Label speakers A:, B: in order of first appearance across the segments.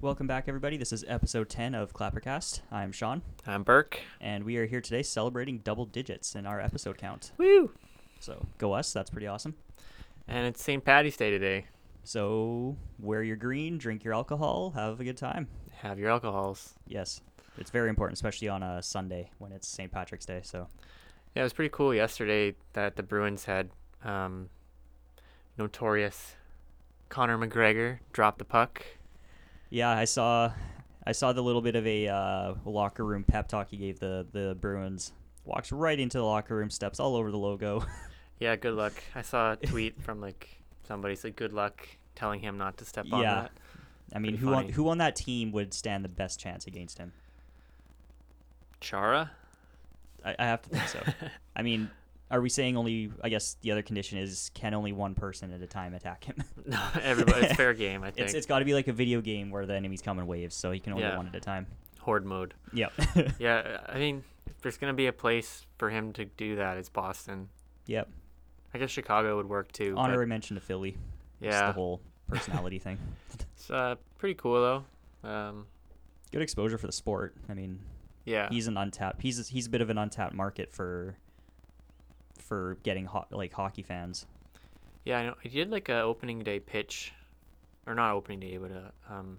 A: Welcome back, everybody. This is episode 10 of Clappercast. I'm Sean,
B: I'm Burke.
A: and we are here today celebrating double digits in our episode count.
B: Woo!
A: So, go us. That's pretty awesome.
B: And it's St. Patty's Day today.
A: So, wear your green, drink your alcohol, have a good time.
B: Have your alcohols.
A: Yes, it's very important, especially on a Sunday when it's St. Patrick's Day. So,
B: Yeah, it was pretty cool yesterday that the Bruins had um, notorious Connor McGregor drop the puck.
A: yeah, I saw. I saw the little bit of a uh, locker room pep talk he gave the, the Bruins. Walks right into the locker room, steps all over the logo.
B: Yeah, good luck. I saw a tweet from like somebody said good luck telling him not to step on
A: Yeah.
B: that.
A: I mean,
B: Pretty
A: who on,
B: funny.
A: who on that team would stand the best chance against him?
B: Chara?
A: I, I have to think so. I mean, are we saying only? I guess the other condition is can only one person at a time attack him.
B: No, everybody. It's fair game, I think.
A: it's it's got to be like a video game where the enemy's come in waves, so he can only
B: Yeah.
A: one at a time.
B: Horde mode.
A: Yep.
B: Yeah, I mean, if there's going to be a place for him to do that, it's Boston.
A: yep.
B: I guess Chicago would work too. but
A: Honorary mention to Philly. Just
B: Yeah.
A: the whole personality thing.
B: It's uh, pretty cool though. Um,
A: Good exposure for the sport. I mean,
B: yeah.
A: he's an untapped. He's he's a bit of an untapped market for for getting ho- like hockey fans.
B: Yeah, I know. He did like a opening day pitch, or not opening day, but a um,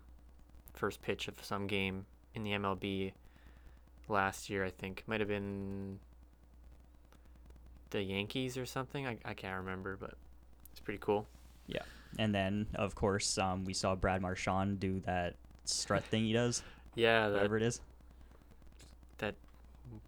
B: first pitch of some game in the MLB last year. I think might have been the Yankees or something. I I can't remember, but it's pretty cool.
A: And then, of course, um, we saw Brad Marchand do that strut thing he does,
B: Yeah, that
A: whatever it is.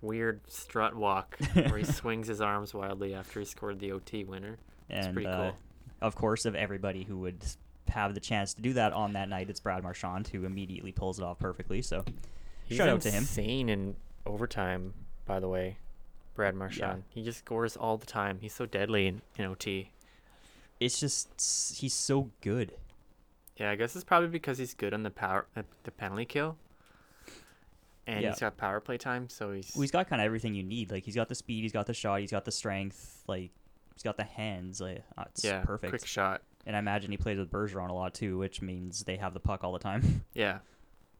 B: weird strut walk where he swings his arms wildly after he scored the OT winner. It's
A: And
B: pretty
A: uh,
B: cool.
A: of course, of everybody who would have the chance to do that on that night, it's Brad Marchand who immediately pulls it off perfectly. So,
B: He's
A: shout out to him.
B: Insane in overtime, by the way. Brad Marchand. He just scores all the time. He's so deadly in, in OT.
A: It's just s- he's so good.
B: Yeah, I guess it's probably because he's good on the power uh, the penalty kill. And
A: Yeah.
B: he's got power play time, so he's,
A: Well, he's got kind of everything you need. Like he's got the speed, he's got the shot, he's got the strength. Like he's got the hands. Like uh, it's
B: yeah,
A: perfect.
B: quick shot.
A: And I imagine he plays with Bergeron a lot too, which means they have the puck all the time.
B: Yeah.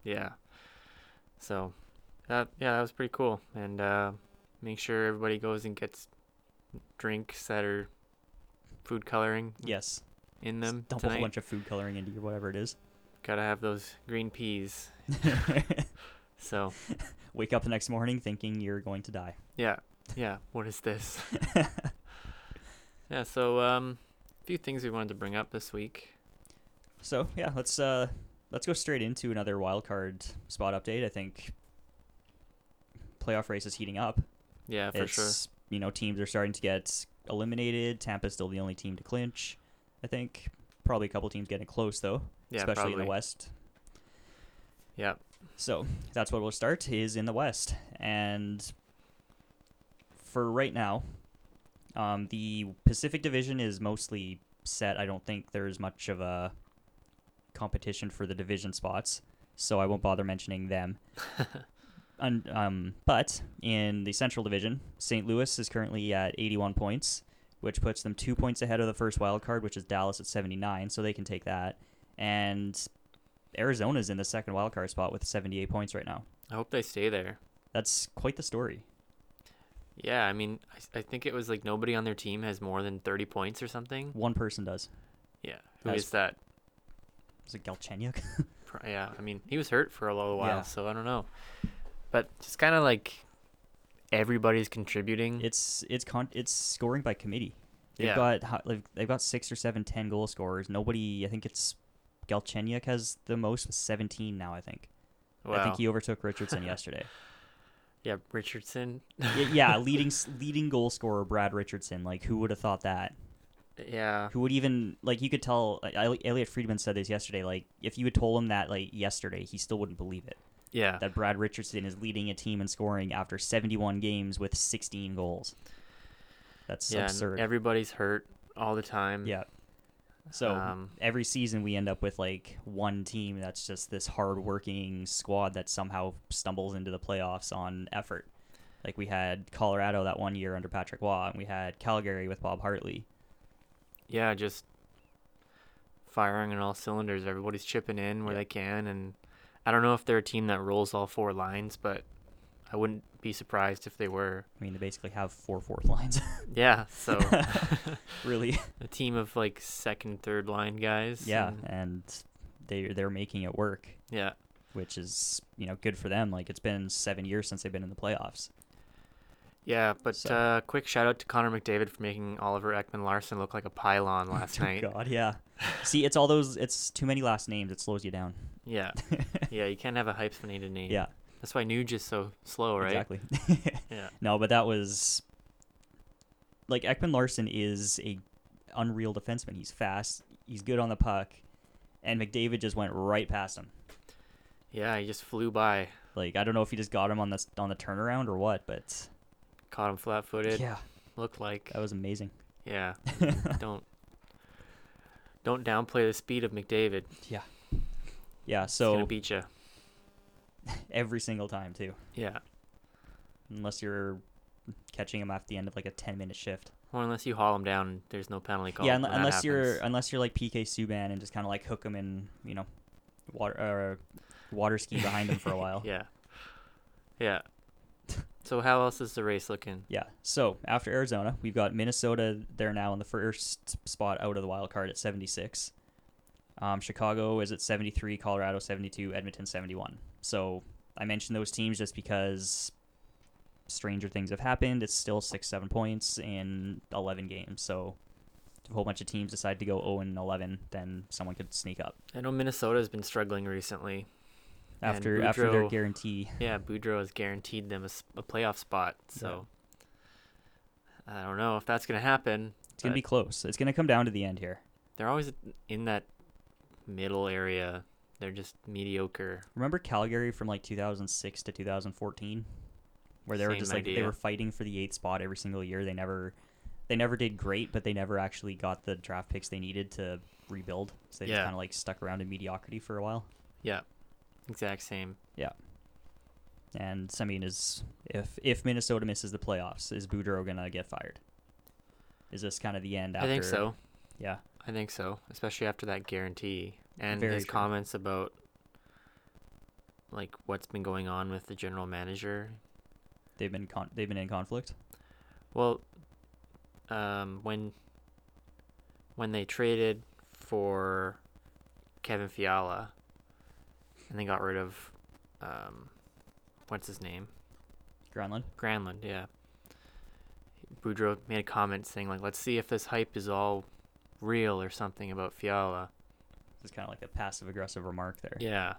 B: Yeah. So that yeah, that was pretty cool. And uh, make sure everybody goes and gets drinks that are food coloring
A: yes,
B: in
A: Just
B: them
A: dump a whole
B: tonight.
A: bunch of food coloring into you, whatever it is.
B: Gotta have those green peas. So
A: Wake up the next morning thinking you're going to die.
B: Yeah. Yeah. What is this? yeah. So, um, a few things we wanted to bring up this week.
A: So yeah, let's uh let's go straight into another wild card spot update. I think playoff race is heating up.
B: Yeah, for sure.
A: It's- You know, teams are starting to get eliminated. Tampa's still the only team to clinch. I think probably a couple teams getting close though,
B: Yeah,
A: especially
B: probably.
A: in the West.
B: Yeah.
A: So that's what we'll start is in the West, and for right now, um, the Pacific Division is mostly set. I don't think there's much of a competition for the division spots, so I won't bother mentioning them. Un- um, but in the Central Division, St. Louis is currently at 81 points, which puts them two points ahead of the first wild card, which is Dallas at 79, so they can take that. And Arizona's in the second wild card spot with 78 points right now.
B: I hope they stay there.
A: That's quite the story.
B: Yeah. I mean, I, s- I think it was like nobody on their team has more than 30 points or something.
A: One person does.
B: Yeah. Who
A: That's-
B: is that?
A: Is it Galchenyuk?
B: Pr- Yeah. I mean, he was hurt for a little while,
A: Yeah.
B: so I don't know. But just kind of like everybody's contributing.
A: it's it's con- it's scoring by committee. They've
B: yeah.
A: got ho- like, they've got six or seven ten goal scorers. Nobody, I think it's Galchenyuk has the most with 17 now. I think. I
B: Wow.
A: think he overtook Richardson yesterday.
B: yeah. Richardson.
A: Y- yeah, leading s- leading goal scorer Brad Richardson. Like who would have thought that?
B: yeah.
A: Who would even like you could tell like, Eli- Elliot Friedman said this yesterday like if you had told him that like yesterday he still wouldn't believe it.
B: Yeah.
A: that Brad Richardson is leading a team in scoring after 71 games with 16 goals. That's
B: yeah. and
A: absurd.
B: Everybody's hurt all the time.
A: yeah. So
B: Um,
A: every season we end up with like one team that's just this hardworking squad that somehow stumbles into the playoffs on effort. Like we had Colorado that one year under Patrick Waugh, and we had Calgary with Bob Hartley.
B: Yeah, just firing on all cylinders. Everybody's chipping in where they can, and I don't know if they're a team that rolls all four lines, but I wouldn't be surprised if they were.
A: I mean, they basically have four fourth lines,
B: Yeah, so
A: really.
B: a team of like second, third line guys.
A: Yeah,
B: and-
A: and they they're making it work,
B: yeah.
A: which is you know good for them. Like it's been seven years since they've been in the playoffs.
B: Yeah, but
A: So-
B: uh, quick shout out to Connor McDavid for making Oliver Ekman Larson look like a pylon last
A: Oh,
B: night.
A: God, yeah. See, it's all those. It's too many last names. It slows you down.
B: Yeah, yeah, you can't have a hyphenated name.
A: yeah,
B: that's why Nuge is so slow, right?
A: exactly.
B: Yeah,
A: no, but that was like Ekman Larson is a unreal defenseman. He's fast. He's good on the puck, and McDavid just went right past him.
B: yeah, he just flew by,
A: Like I don't know if he just got him on the on the turnaround or what, but
B: caught him flat-footed.
A: yeah,
B: Looked like
A: that was amazing.
B: yeah. don't don't downplay the speed of McDavid.
A: Yeah,
B: He's gonna
A: so
B: beat you.
A: every single time too,
B: Yeah,
A: unless you're catching him off the end of like a ten minute shift.
B: or unless you haul him down, there's no penalty call.
A: yeah, unle- unless you're unless you're like PK Subban and just kind of like hook him in, you know, water or water ski behind him for a while.
B: yeah, yeah. So how else is the race looking?
A: Yeah. So after Arizona, we've got Minnesota there now in the first spot out of the wild card at 76. Um, Chicago is at 73, Colorado 72, Edmonton 71. So I mentioned those teams just because stranger things have happened. It's still six, seven points in 11 games. So if a whole bunch of teams decide to go 0 and 11, then someone could sneak up
B: I know Minnesota's been struggling recently. And
A: after after their
B: Boudreaux-
A: guarantee.
B: Yeah, Boudreaux has guaranteed them a, s- a playoff spot. So I don't know if that's going to happen.
A: It's gonna
B: but
A: be close. It's gonna come down to the end here.
B: They're always in that middle area. They're just mediocre.
A: Remember Calgary from like 2006 to 2014, where they were
B: Same
A: just like they
B: idea.
A: were fighting for the eighth spot every single year. They never, they never did great, but they never actually got the draft picks they needed to rebuild. So they just
B: Yeah.
A: kind of like stuck around in mediocrity for a while.
B: Yeah. Exact same.
A: And I mean, is if if Minnesota misses the playoffs, is Boudreaux gonna get fired? Is this kind of the end? After,
B: I think so.
A: Yeah.
B: I think so, especially after that guarantee and
A: Very
B: his
A: true.
B: comments about like what's been going on with the general manager.
A: They've been con- they've been in conflict.
B: Well, um, when when they traded for Kevin Fiala, and they got rid of um, what's his name,
A: Granlund.
B: Granlund, yeah. Boudreaux made a comment saying like, "Let's see if this hype is all real or something about Fiala."
A: It's kind of like a passive aggressive remark there.
B: Yeah,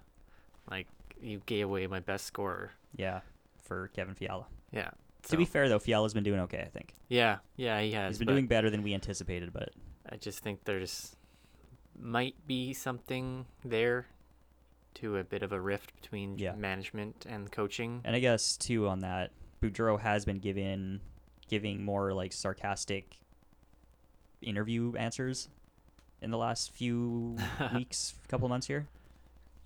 B: like you gave away my best scorer.
A: Yeah. For Kevin Fiala.
B: Yeah.
A: To be
B: so-
A: fair though, Fiala's been doing okay. I think.
B: yeah, yeah, he has.
A: He's been
B: but-
A: doing better than we anticipated, but
B: I just think there's might be something there to a bit of a rift between
A: Yeah.
B: management and coaching.
A: and I guess too on that, Boudreaux has been given giving more like sarcastic interview answers in the last few weeks, couple months here.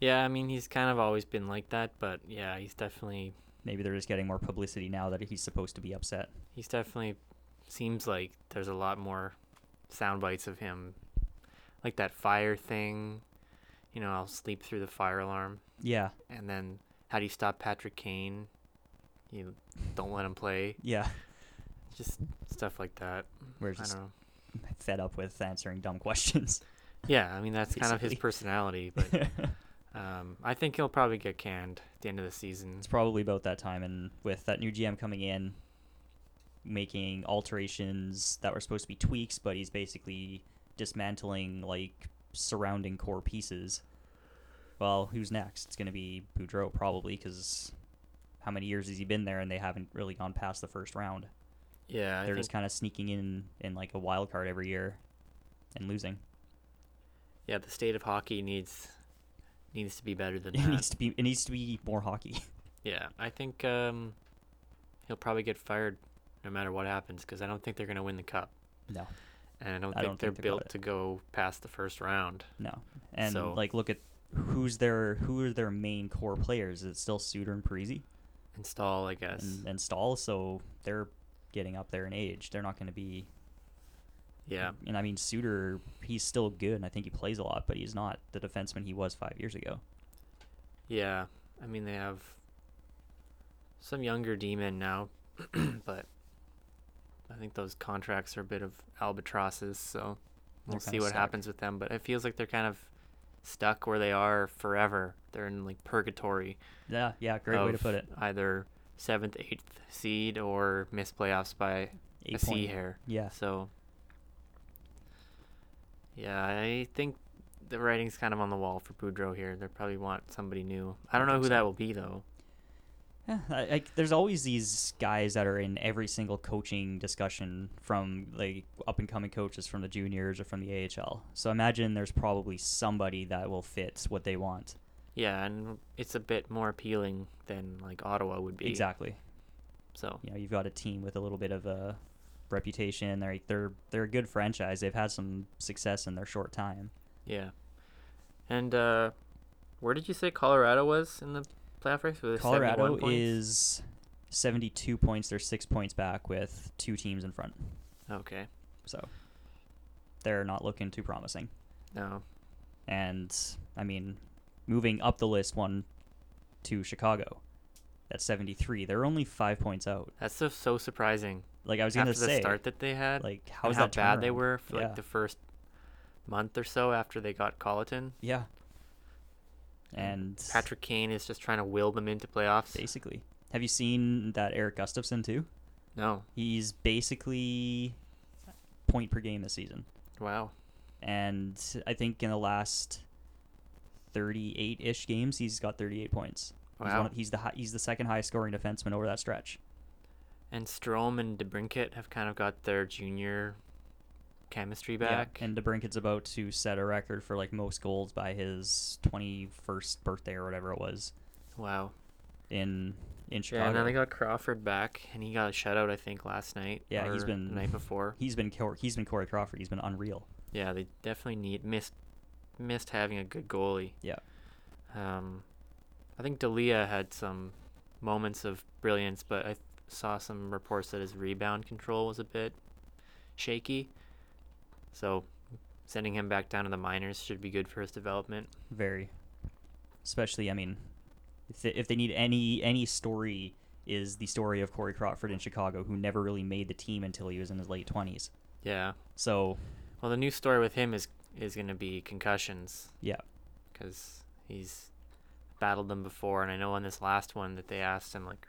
B: Yeah, I mean he's kind of always been like that, but yeah, he's definitely
A: Maybe they're just getting more publicity now that he's supposed to be upset.
B: he's definitely seems like there's a lot more sound bites of him like that fire thing. You know, I'll sleep through the fire alarm.
A: Yeah,
B: And then how do you stop Patrick Kane? You don't let him play.
A: yeah.
B: Just stuff like that.
A: We're
B: I
A: just
B: don't know.
A: fed up with answering dumb questions.
B: Yeah, I mean that's kind of his
A: Basically.
B: personality, but um, I think he'll probably get canned at the end of the season.
A: It's probably about that time, and with that new GM coming in, making alterations that were supposed to be tweaks, but he's basically dismantling like surrounding core pieces. Well, who's next? It's going to be Boudreaux probably, because how many years has he been there, and they haven't really gone past the first round.
B: Yeah, I
A: They're
B: think,
A: just kind of sneaking in in like a wild card every year, and losing.
B: yeah. The state of hockey needs needs to be better than
A: It
B: that.
A: needs to be it needs to be more hockey.
B: Yeah, I think um, he'll probably get fired no matter what happens because I don't think they're gonna win the cup,
A: No.
B: and I don't
A: I
B: think
A: don't
B: they're
A: think they're gonna-
B: built to go past the first round.
A: No. And
B: So-
A: like look at who's their who are their main core players. It's still Suter and Parisi
B: Install, I guess.
A: and, and Stahl, so they're getting up there in age. They're not gonna be
B: Yeah.
A: And I mean, Suter, he's still good, and I think he plays a lot, but he's not the defenseman he was five years ago.
B: Yeah. I mean, they have some younger D men now, but I think those contracts are a bit of albatrosses. So
A: They're
B: we'll see
A: kinda
B: what
A: stuck.
B: happens with them. But it feels like they're kind of stuck where they are forever. They're in like purgatory.
A: Yeah, yeah, great way to
B: of
A: put it.
B: Either seventh, eighth seed or miss playoffs by a
A: Eight
B: sea
A: point.
B: hair.
A: Yeah,
B: So, yeah, I think the writing's kind of on the wall for Boudreaux here. They probably want somebody new. I don't know
A: think
B: who
A: so.
B: that will be though.
A: Yeah, I, I, there's always these guys that are in every single coaching discussion from like up and coming coaches from the juniors or from the AHL. So I imagine there's probably somebody that will fit what they want.
B: Yeah, and it's a bit more appealing than like Ottawa would be.
A: Exactly.
B: So
A: You know, you've got a team with a little bit of a reputation. They're they're they're a good franchise. They've had some success in their short time.
B: yeah, and uh, where did you say Colorado was in the playoff race? Were they 71
A: Colorado
B: points?
A: is 72 points. They're six points back with two teams in front.
B: okay.
A: So they're not looking too promising.
B: No,
A: and I mean, moving up the list one to Chicago at 73, they're only five points out.
B: that's so, so surprising.
A: Like I was gonna
B: After the
A: say,
B: start that they had,
A: like how
B: and
A: is
B: how
A: that
B: bad they
A: turnaround?
B: were for
A: Yeah.
B: like the first month or so after they got Colleton.
A: Yeah,
B: Mm.
A: and
B: Patrick Kane is just trying to will them into playoffs.
A: basically, have you seen that Eric Gustafson too?
B: No,
A: He's basically point per game this season,
B: wow,
A: and I think in the last 38-ish games, he's got 38 points. He's,
B: Wow.
A: one of, he's the hi- he's the second highest scoring defenseman over that stretch.
B: and Strom and DeBrinket have kind of got their junior chemistry back.
A: Yeah, and DeBrinket's about to set a record for like most goals by his 21st birthday or whatever it was
B: wow,
A: in in
B: Yeah, and then
A: Chicago.
B: they got Crawford back, and he got a shutout, I think, last night.
A: Yeah, he's
B: or
A: been-
B: the night before.
A: he's been Cor- he's been Corey Crawford. He's been unreal.
B: Yeah, they definitely need missed missed having a good goalie.
A: Yeah,
B: Um, I think Dalia had some moments of brilliance, but I th- saw some reports that his rebound control was a bit shaky. So sending him back down to the minors should be good for his development.
A: very. Especially, I mean, if they, if they need any any story is the story of Corey Crawford in Chicago, who never really made the team until he was in his late 20s.
B: Yeah.
A: So
B: Well, the new story with him is is going to be concussions
A: yeah,
B: because he's battled them before, and I know on this last one that they asked him like,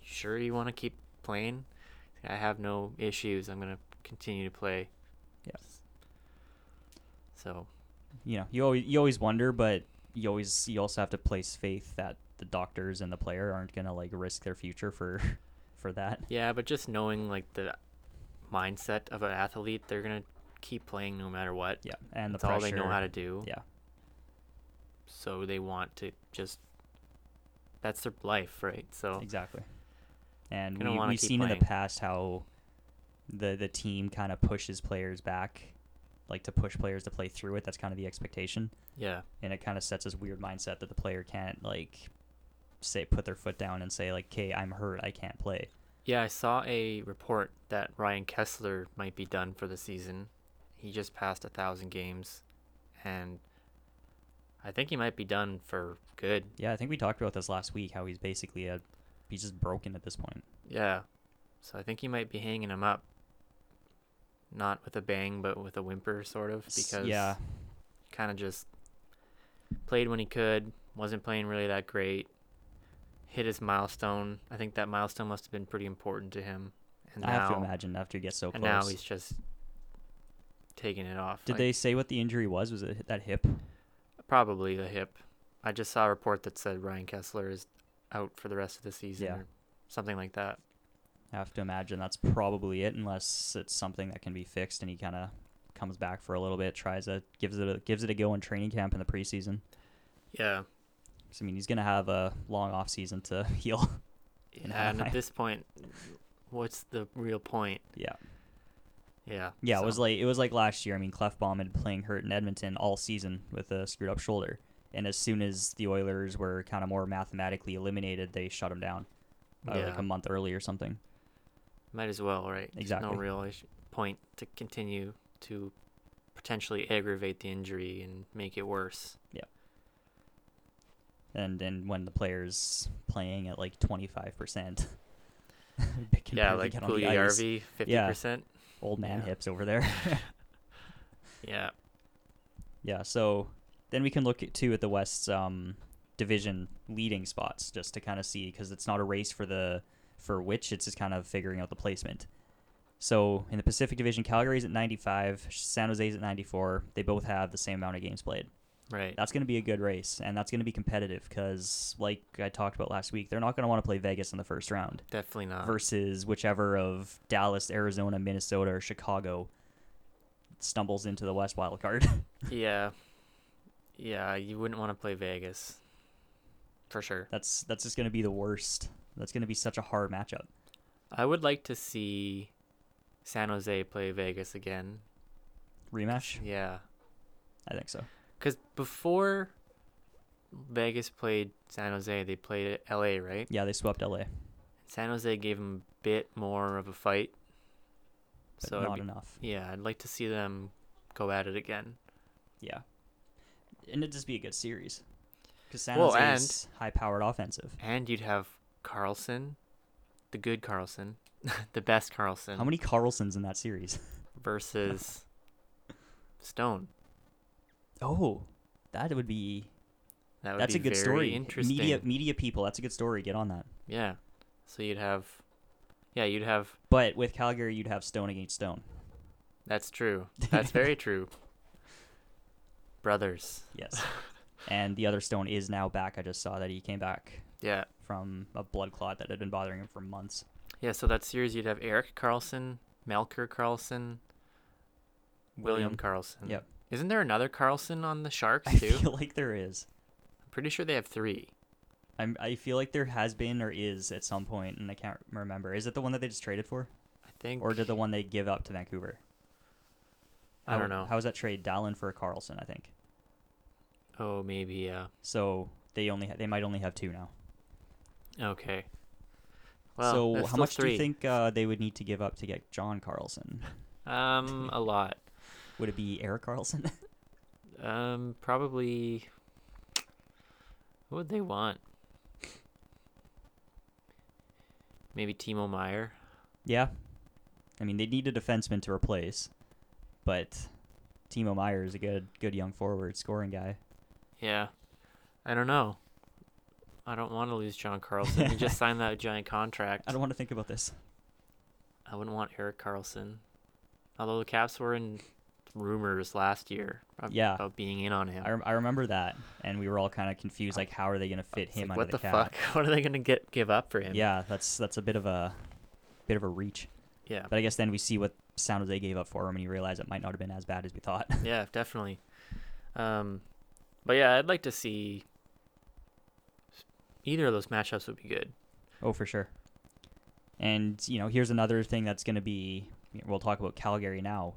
B: "You sure you want to keep playing? I have no issues. I'm going to continue to play."
A: Yeah.
B: So
A: you know, you always you always wonder, but you always you also have to place faith that the doctors and the player aren't gonna like risk their future for for that.
B: Yeah, but just knowing like the mindset of an athlete, they're gonna keep playing no matter what.
A: Yeah, and
B: That's
A: the
B: all
A: pressure.
B: they know how to do.
A: Yeah,
B: So they want to just that's their life, right? So
A: exactly. And
B: Gonna
A: we,
B: wanna
A: we've
B: keep
A: seen in
B: playing.
A: the past how the the team kind of pushes players back, like to push players to play through it. That's kind of the expectation,
B: yeah.
A: and it kind of sets this weird mindset that the player can't like say put their foot down and say like, "Okay, I'm hurt, I can't play."
B: Yeah, I saw a report that Ryan Kessler might be done for the season. He just passed a thousand games and I think he might be done for good.
A: Yeah, I think we talked about this last week how he's basically a he's just broken at this point.
B: Yeah. So I think he might be hanging him up. Not with a bang, but with a whimper sort of
A: S-
B: because
A: yeah,
B: kind of just played when he could, wasn't playing really that great, hit his milestone. I think that milestone must have been pretty important to him. And
A: I have to
B: now,
A: imagine after he gets so
B: and
A: close.
B: now he's just taking it off.
A: Did
B: like,
A: they say what the injury was? Was it that hip?
B: probably the hip? I just saw a report that said Ryan Kessler is out for the rest of the season
A: Yeah.
B: or something like that.
A: I have to imagine that's probably it, unless it's something that can be fixed and he kind of comes back for a little bit, tries it, gives it a, gives it a go in training camp in the preseason.
B: Yeah.
A: 'Cause, I mean, he's gonna have a long off season to heal.
B: And, at
A: Anaheim.
B: this point, what's the real point?
A: yeah,
B: Yeah.
A: yeah.
B: so-
A: It was like it was like last year. I mean, Clefbaum had been playing hurt in Edmonton all season with a screwed up shoulder, and as soon as the Oilers were kind of more mathematically eliminated, they shut him down uh,
B: yeah.
A: like a month early or something.
B: Might as well, right? There's
A: Exactly.
B: No real issue, point to continue to potentially aggravate the injury and make it worse.
A: and and when the player's playing at like 25%. they can
B: yeah,
A: barely
B: like
A: get on the
B: Pugliarvi,
A: ice.
B: RV, fifty
A: Yeah.
B: percent.
A: old man
B: Yeah.
A: hips over there.
B: Yeah,
A: yeah, so then we can look at too at the West's um, division leading spots just to kind of see because it's not a race for the for which it's just kind of figuring out the placement. So in the Pacific Division, Calgary's at 95, San Jose's at 94. They both have the same amount of games played.
B: right.
A: That's going to be a good race, and that's going to be competitive because, like I talked about last week, they're not going to want to play Vegas in the first round.
B: Definitely not.
A: versus whichever of Dallas, Arizona, Minnesota, or Chicago stumbles into the West wild card.
B: Yeah, yeah. You wouldn't want to play Vegas, for sure.
A: that's that's just going to be the worst. That's going to be such a hard matchup.
B: I would like to see San Jose play Vegas again.
A: Rematch?
B: Yeah,
A: I think so.
B: because before Vegas played San Jose, they played L.A. Right?
A: Yeah, they swept LA,
B: San Jose gave them a bit more of a fight.
A: but
B: So it'd
A: not
B: be-
A: enough.
B: yeah, I'd like to see them go at it again.
A: Yeah. And it'd just be a good series. Because San
B: Well,
A: Jose's high-powered offensive.
B: And you'd have Carlson, the good Carlson, the best Carlson,
A: How many Carlsons in that series?
B: versus Stone.
A: Oh, that would be...
B: That would
A: that's
B: be
A: a good
B: very
A: story.
B: Interesting.
A: Media, media people, that's a good story. Get on that.
B: Yeah. So you'd have, yeah, you'd have.
A: But with Calgary, you'd have Stone against Stone.
B: That's true. That's very true. Brothers.
A: Yes. and the other stone is now back. I just saw that he came back
B: Yeah.
A: from a blood clot that had been bothering him for months.
B: Yeah. So that series, you'd have Eric Carlson, Melker Carlson, William Carlson.
A: Yep.
B: Isn't there another Carlson on the Sharks
A: I
B: too?
A: feel like there is.
B: I'm pretty sure they have three.
A: I'm, I feel like there has been or is at some point, and I can't remember. Is it the one that they just traded for,
B: I think.
A: or did the one they give up to Vancouver?
B: I
A: How-
B: don't know.
A: How was that trade? Dallin for Carlson, I think.
B: Oh, maybe. Yeah.
A: So they only ha- they might only have two now.
B: Okay. Well,
A: so
B: that's
A: how
B: still
A: much do
B: three.
A: you think uh, they would need to give up to get John Carlson?
B: Um, a lot.
A: Would it be Eric Carlson?
B: Um, probably. What would they want? Maybe Timo Meyer.
A: Yeah. I mean, they need a defenseman to replace, but Timo Meyer is a good, good young forward, scoring guy.
B: Yeah. I don't know. I don't want to lose John Carlson. he just signed that giant contract.
A: I don't want to think about this.
B: I wouldn't want Eric Carlson. Although the Caps were in rumors last year ab-
A: Yeah.
B: about being in on him.
A: I, rem- I remember that, and we were all kind of confused, like, how are they going to fit
B: It's
A: him
B: like,
A: under
B: what
A: the,
B: the
A: cap?
B: fuck? What are they gonna get give up for him?
A: Yeah, that's that's a bit of a bit of a reach.
B: yeah,
A: But I guess then we see what San Jose gave up for him, and you realize it might not have been as bad as we thought.
B: yeah, definitely. Um, but yeah, I'd like to see either of those matchups would be good.
A: Oh, for sure. And you know, here's another thing that's going to be. We'll talk about Calgary now.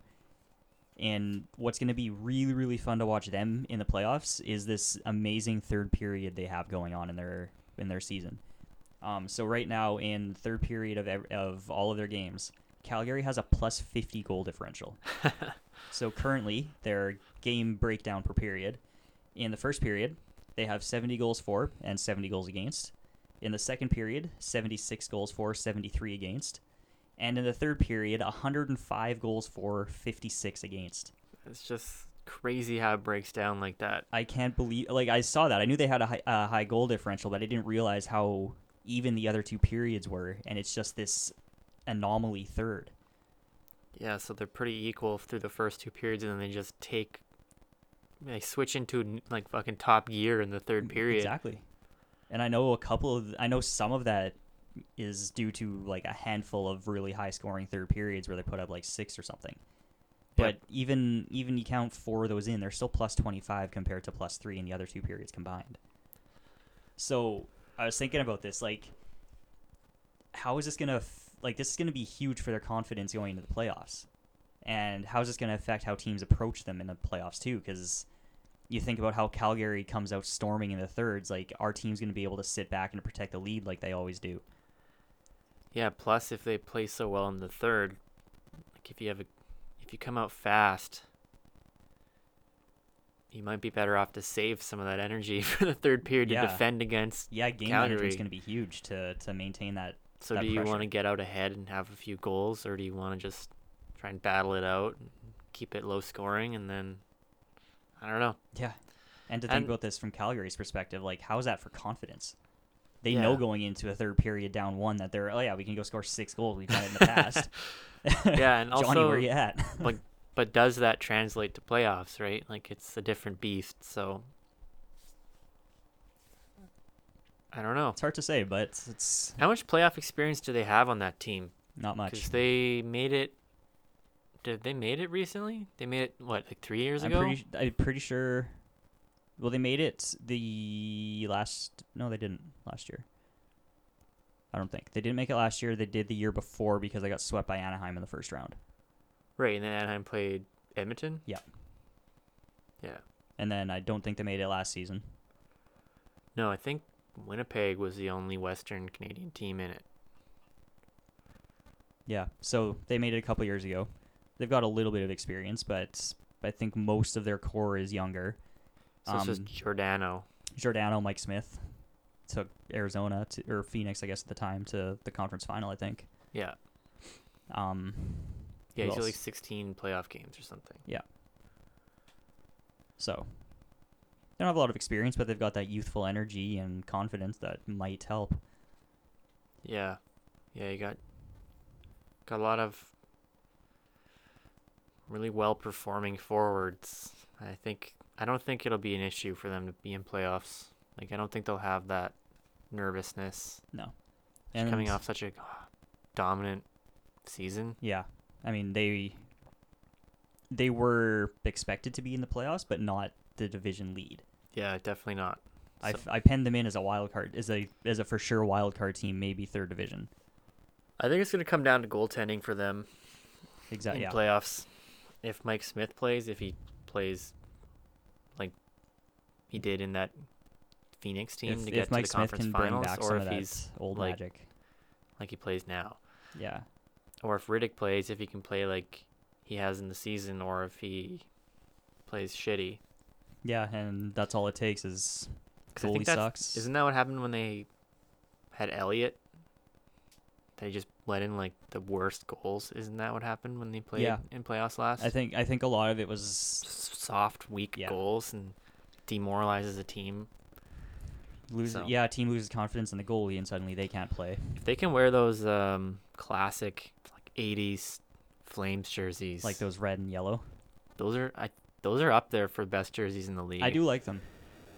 A: And what's going to be really, really fun to watch them in the playoffs is this amazing third period they have going on in their in their season. Um, so right now, in the third period of ev- of all of their games, Calgary has a plus fifty goal differential. so currently, their game breakdown per period. In the first period, they have seventy goals for and seventy goals against. In the second period, 76 goals for, 73 against. And in the third period, 105 goals for, 56 against.
B: It's just crazy how it breaks down like that.
A: I can't believe, like, I saw that. I knew they had a high, a high goal differential, but I didn't realize how even the other two periods were. And it's just this anomaly third.
B: Yeah, so they're pretty equal through the first two periods, and then they just take they switch into n- like fucking top gear in the third
A: Mm,
B: period.
A: Exactly. And I know a couple of, I know some of that is due to like a handful of really high scoring third periods where they put up like six or something. But
B: Yep.
A: even even you count four of those in, they're still plus twenty five compared to plus three in the other two periods combined. So I was thinking about this, like, how is this gonna f- like this is gonna be huge for their confidence going into the playoffs, and how is this gonna affect how teams approach them in the playoffs too? Because you think about how Calgary comes out storming in the thirds, like our team's gonna be able to sit back and protect the lead like they always do.
B: Yeah. Plus, if they play so well in the third, like if you have a if if you come out fast, you might be better off to save some of that energy for the third period
A: Yeah.
B: to defend against.
A: Yeah, game management is
B: Calgary.
A: going to be huge to to maintain that.
B: So
A: That
B: do you
A: pressure.
B: want to get out ahead and have a few goals, or do you want to just try and battle it out, and keep it low scoring, and then I don't know.
A: Yeah, and to think
B: And-
A: about this from Calgary's perspective, like how is that for confidence? They
B: Yeah.
A: know going into a third period down one that they're oh yeah we can go score six goals we've done it in the past.
B: Yeah, and
A: Johnny,
B: also-
A: where you at?
B: like but does that translate to playoffs right like it's a different beast so i don't know
A: it's hard to say, but it's, it's
B: how much playoff experience do they have on that team
A: not much.
B: because they made it did they made it recently they made it what like three years
A: I'm
B: ago
A: pretty I'm pretty sure. Well, they made it the last. No, they didn't last year. I don't think they didn't make it last year. They did the year before because they got swept by Anaheim in the first round.
B: right and then anaheim played edmonton
A: Yeah.
B: yeah
A: And then I don't think they made it last season.
B: no i think winnipeg was the only western canadian team in it
A: Yeah, so they made it a couple years ago. They've got a little bit of experience, but I think most of their core is younger.
B: so it's just
A: Um,
B: giordano
A: Giordano, Mike Smith took Arizona to, or Phoenix, I guess at the time, to the conference final. I think.
B: yeah
A: Um,
B: yeah
A: who
B: he's got, like
A: else?
B: 16 playoff games or something
A: So they don't have a lot of experience, but they've got that youthful energy and confidence that might help.
B: Yeah, yeah, you got got a lot of really well performing forwards. I think I don't think it'll be an issue for them to be in playoffs. Like I don't think they'll have that nervousness
A: And
B: coming off such a dominant season.
A: yeah, I mean they they were expected to be in the playoffs, but not the division lead.
B: Yeah, definitely not.
A: I
B: So-
A: f I I penned them in as a wild card, as a as a for sure wild card team, maybe third division.
B: I think it's gonna come down to goaltending for them
A: Exactly.
B: in
A: Yeah.
B: playoffs. If Mike Smith plays, if he plays like he did in that Phoenix team
A: If,
B: to
A: if
B: get to
A: Mike
B: the
A: Smith
B: conference
A: can bring
B: finals,
A: back
B: or
A: some
B: if
A: of
B: he's
A: that old
B: like-
A: magic,
B: like he plays now,
A: yeah,
B: or if Riddick plays, if he can play like he has in the season, or if he plays shitty.
A: yeah, and that's all it takes is
B: 'Cause I think
A: goalie
B: that's-
A: sucks.
B: Isn't that what happened when they had Elliot? They just let in like the worst goals. Isn't that what happened when they played
A: Yeah.
B: in playoffs last?
A: I think I think a lot of it was
B: S- soft, weak
A: Yeah.
B: goals and demoralizes a team.
A: lose.
B: So-
A: Yeah, team loses confidence in the goalie, and suddenly they can't play.
B: If they can wear those um, classic like '80s Flames jerseys,
A: like those red and yellow.
B: those are I, those are up there for best jerseys in the league.
A: I do like them.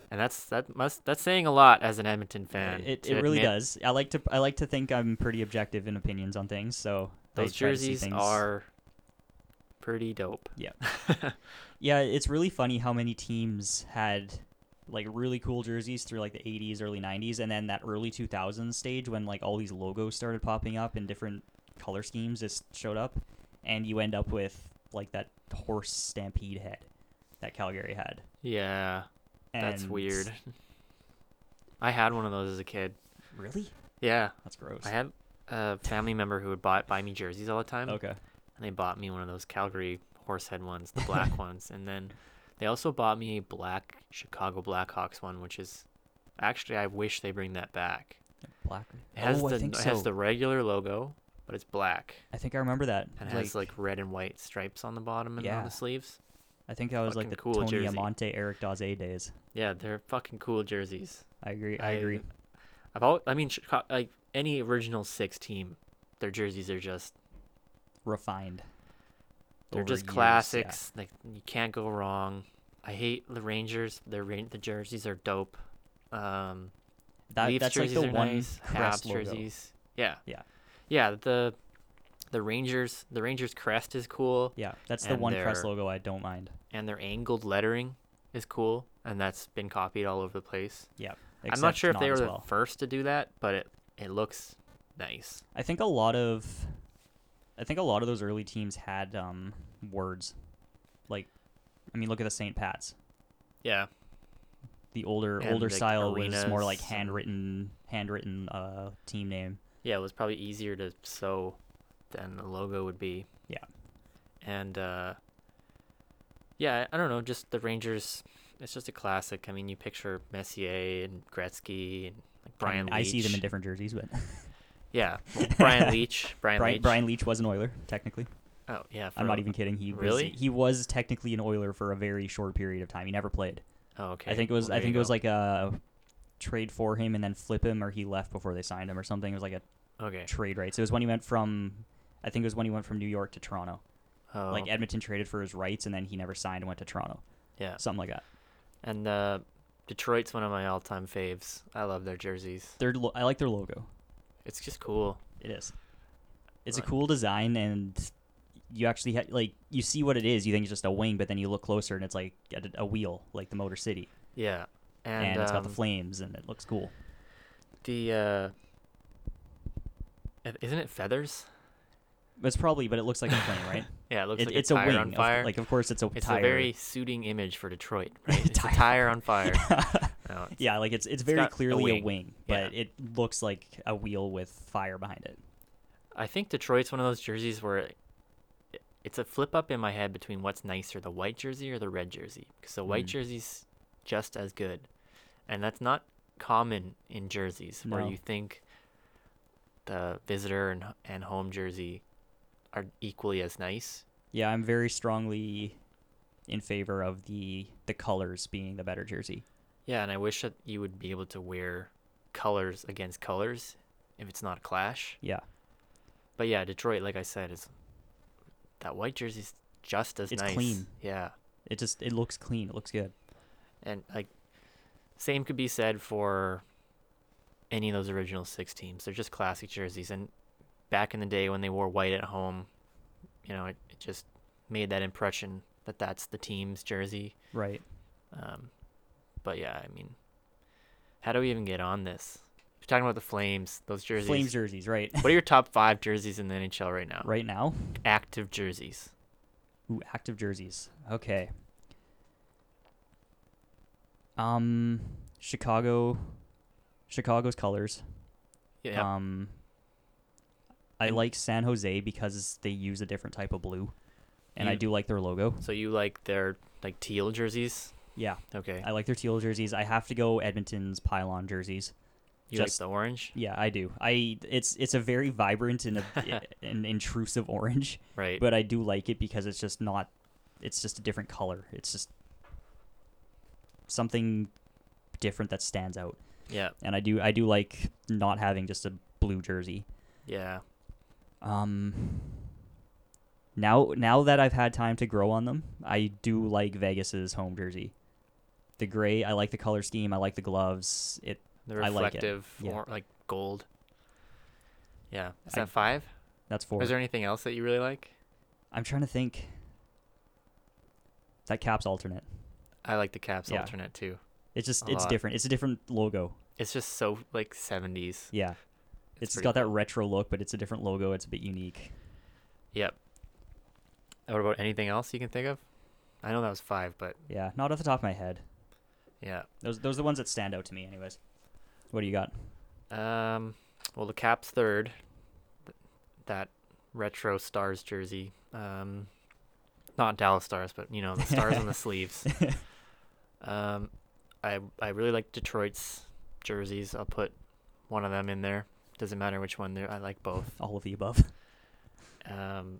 B: and that's that must that's saying a lot as an Edmonton fan.
A: it
B: to
A: it really
B: admit
A: does. I like to I like to think I'm pretty objective in opinions on things. So I
B: Those
A: try to see
B: jerseys
A: things-
B: are pretty dope.
A: Yeah. Yeah, it's really funny how many teams had like really cool jerseys through like the 80s, early 90s, and then that early 2000s stage when like all these logos started popping up and different color schemes just showed up, and you end up with like that horse stampede head that Calgary had.
B: yeah, that's
A: And-
B: weird. I had one of those as a kid.
A: Really?
B: Yeah,
A: That's gross.
B: I had a family member who would buy buy me jerseys all the time.
A: okay.
B: and they bought me one of those Calgary horsehead ones, the black ones, and then they also bought me a black Chicago Blackhawks one, which is actually I wish they bring that back.
A: Black.
B: It has
A: oh,
B: the
A: I think
B: it
A: so.
B: has the regular logo, but it's black
A: I think I remember that.
B: and it has like red and white stripes on the bottom and on
A: Yeah.
B: the sleeves.
A: I think that was like
B: Fucking
A: the
B: cool
A: Tony
B: jersey.
A: Amante, Eric Daze days.
B: Yeah, they're fucking cool jerseys.
A: I agree. I, agree.
B: I've always, I mean, Chicago, like any original six team, their jerseys are just
A: Refined.
B: They're
A: over
B: just
A: years, yeah.
B: classics. Like you can't go wrong. I hate the Rangers. Their ra- the jerseys are dope. Um,
A: That,
B: Leafs
A: that's like
B: jerseys
A: the
B: are
A: one
B: nice.
A: crest
B: Habs
A: logo.
B: jerseys. Yeah.
A: Yeah.
B: Yeah. The the Rangers the Rangers crest is cool,
A: Yeah, that's the
B: And
A: one crest
B: they're-
A: logo I don't mind.
B: and their angled lettering is cool, and that's been copied all over the place.
A: Yeah,
B: I'm not
A: except
B: sure if they
A: as
B: were the
A: well.
B: first to do that, but it it looks nice.
A: I think a lot of, I think a lot of those early teams had um, words, like, I mean, look at the St. Pat's.
B: Yeah.
A: The older
B: And,
A: older
B: like,
A: style was more like
B: arenas and-
A: handwritten handwritten uh, team name.
B: Yeah, it was probably easier to sew than the logo would be.
A: Yeah.
B: and uh, yeah, I don't know, just the Rangers. It's just a classic. I mean, you picture Messier and Gretzky and like
A: I
B: Brian.
A: mean, I see them in
B: Leach.
A: different jerseys, but
B: Yeah, well, Brian Leach. Brian,
A: Brian,
B: Leach.
A: Brian Leach was an Oiler technically.
B: Oh yeah,
A: I'm not
B: for-
A: even kidding. He
B: Really?
A: was, he was technically an Oiler for a very short period of time. He never played.
B: Oh okay.
A: I think it was I
B: Well, there
A: think
B: you
A: it was
B: go.
A: like a trade for him and then flip him, or he left before they signed him or something. It was like a
B: okay.
A: trade rights. It was when he went from I think it was when he went from New York to Toronto.
B: Oh,
A: Like Edmonton traded for his rights and then he never signed and went to Toronto.
B: yeah.
A: Something like that.
B: And uh, Detroit's one of my all-time faves. I love their jerseys.
A: Their lo- I like their logo.
B: It's just cool.
A: It is. It's a
B: Right.
A: cool design and you actually ha- like you see what it is. You think it's just a wing, but then you look closer and it's like a, a wheel, like the Motor City,
B: Yeah. And,
A: and, it's got the
B: um,
A: flames and it looks cool.
B: the uh i- isn't it feathers?
A: It's probably, but it looks like a plane, right?
B: Yeah, it looks
A: It-
B: like
A: it's
B: a tire
A: wing.
B: on
A: of-
B: fire.
A: like of course it's a
B: it's
A: tire.
B: a very suiting image for Detroit, right? It's a
A: Tire.
B: tire on fire. No, it's-
A: yeah, like it's it's very
B: got a
A: clearly a
B: wing.
A: wing, but
B: Yeah.
A: it looks like a wheel with fire behind it.
B: I think Detroit's one of those jerseys where it- it's a flip up in my head between what's nicer, the white jersey or the red jersey. Because the white
A: Mm.
B: jersey's just as good, and that's not common in jerseys where
A: No.
B: you think the visitor and h- and home jersey are equally as nice.
A: Yeah, I'm very strongly in favor of the the colors being the better jersey.
B: Yeah, and I wish that you would be able to wear colors against colors if it's not a clash.
A: Yeah,
B: But yeah, Detroit, like I said, is that white jersey's just as
A: It's
B: nice.
A: clean.
B: Yeah.
A: it just it looks clean. It looks good.
B: And like same could be said for any of those original six teams. They're just classic jerseys and back in the day when they wore white at home, you know, it, it just made that impression that that's the team's jersey.
A: Right.
B: Um, but yeah, I mean, how do we even get on this? We're talking about the Flames, those jerseys.
A: Flame jerseys, right?
B: what are your top five jerseys in the NHL right now?
A: right now.
B: Active jerseys.
A: Ooh, active jerseys. Okay. Um Chicago Chicago's colors.
B: Yeah.
A: Um, I like San Jose because they use a different type of blue, and I
B: You-
A: do like their logo.
B: so you like their like teal jerseys?
A: Yeah,
B: Okay.
A: I like their teal jerseys. I have to go Edmonton's pylon jerseys.
B: you
A: just-
B: like the orange?
A: Yeah, I do. I it's it's a very vibrant and a, an intrusive orange,
B: Right.
A: but I do like it because it's just not. It's just a different color. It's just something different that stands out,
B: yeah.
A: and I do I do like not having just a blue jersey.
B: Yeah.
A: Um, now now that I've had time to grow on them, I do like Vegas's home jersey. The gray, I like the color scheme. I like the gloves. It
B: The
A: I like it.
B: reflective,
A: Yeah.
B: or, like gold. Yeah. Is
A: I-
B: that five?
A: that's
B: Or
A: four.
B: Is there anything else that you really like?
A: I'm trying to think. That cap's alternate.
B: I like the Caps
A: Yeah.
B: alternate too.
A: It's just
B: A
A: it's
B: lot.
A: different. It's a different logo.
B: It's just so like 70s.
A: Yeah,
B: It's
A: it's
B: pretty
A: got that retro look, but it's a different logo. It's a bit unique.
B: Yep. What about anything else you can think of? I know that was five, but
A: Yeah, not off the top of my head.
B: yeah.
A: Those those are the ones that stand out to me, anyways. What do you got?
B: Um, well, the Caps third, th- that retro Stars jersey. Um, not Dallas Stars, but you know the stars on the sleeves. Um, I I really like Detroit's jerseys. I'll put one of them in there. Doesn't matter which one. There, I like both.
A: All of the above.
B: Um,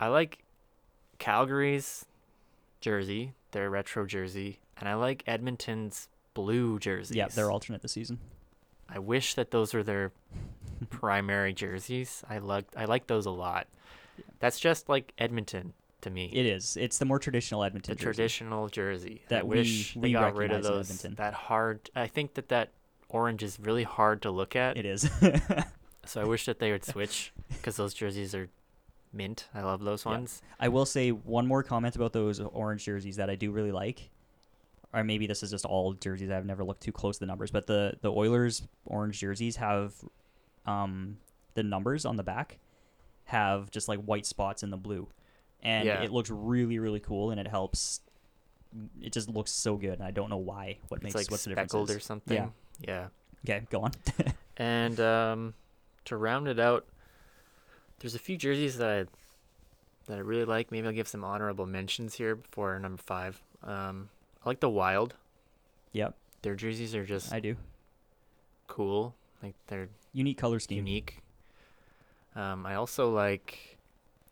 B: I like Calgary's jersey, their retro jersey, and I like Edmonton's blue jerseys.
A: Yeah, they're alternate this season.
B: I wish that those were their primary jerseys. I like I like those a lot. That's just like Edmonton to me.
A: It is. It's the more traditional
B: the
A: Edmonton jersey.
B: traditional jersey. I
A: That we-
B: wish they
A: we
B: got rid of
A: recognize in
B: those.
A: Edmonton.
B: That hard. I think that that orange is really hard to look at.
A: It is.
B: So I wish that they would switch because those jerseys are mint. I love those
A: Yeah.
B: ones.
A: I will say one more comment about those orange jerseys that I do really like. Or maybe this is just all jerseys. I've never looked too close to the numbers, but the the Oilers orange jerseys have um the numbers on the back have just like white spots in the blue. And
B: Yeah.
A: it looks really really cool and it helps it just looks so good and I don't know why what
B: It's
A: makes
B: like
A: what's the difference.
B: speckled or
A: is.
B: something. yeah.
A: Okay, go on.
B: And um, to round it out, there's a few jerseys that I that I really like. Maybe I'll give some honorable mentions here before number five. Um, I like the Wild.
A: Yep,
B: Their jerseys are just
A: I do.
B: cool. Like they're
A: Unique color scheme.
B: unique. Um, I also like,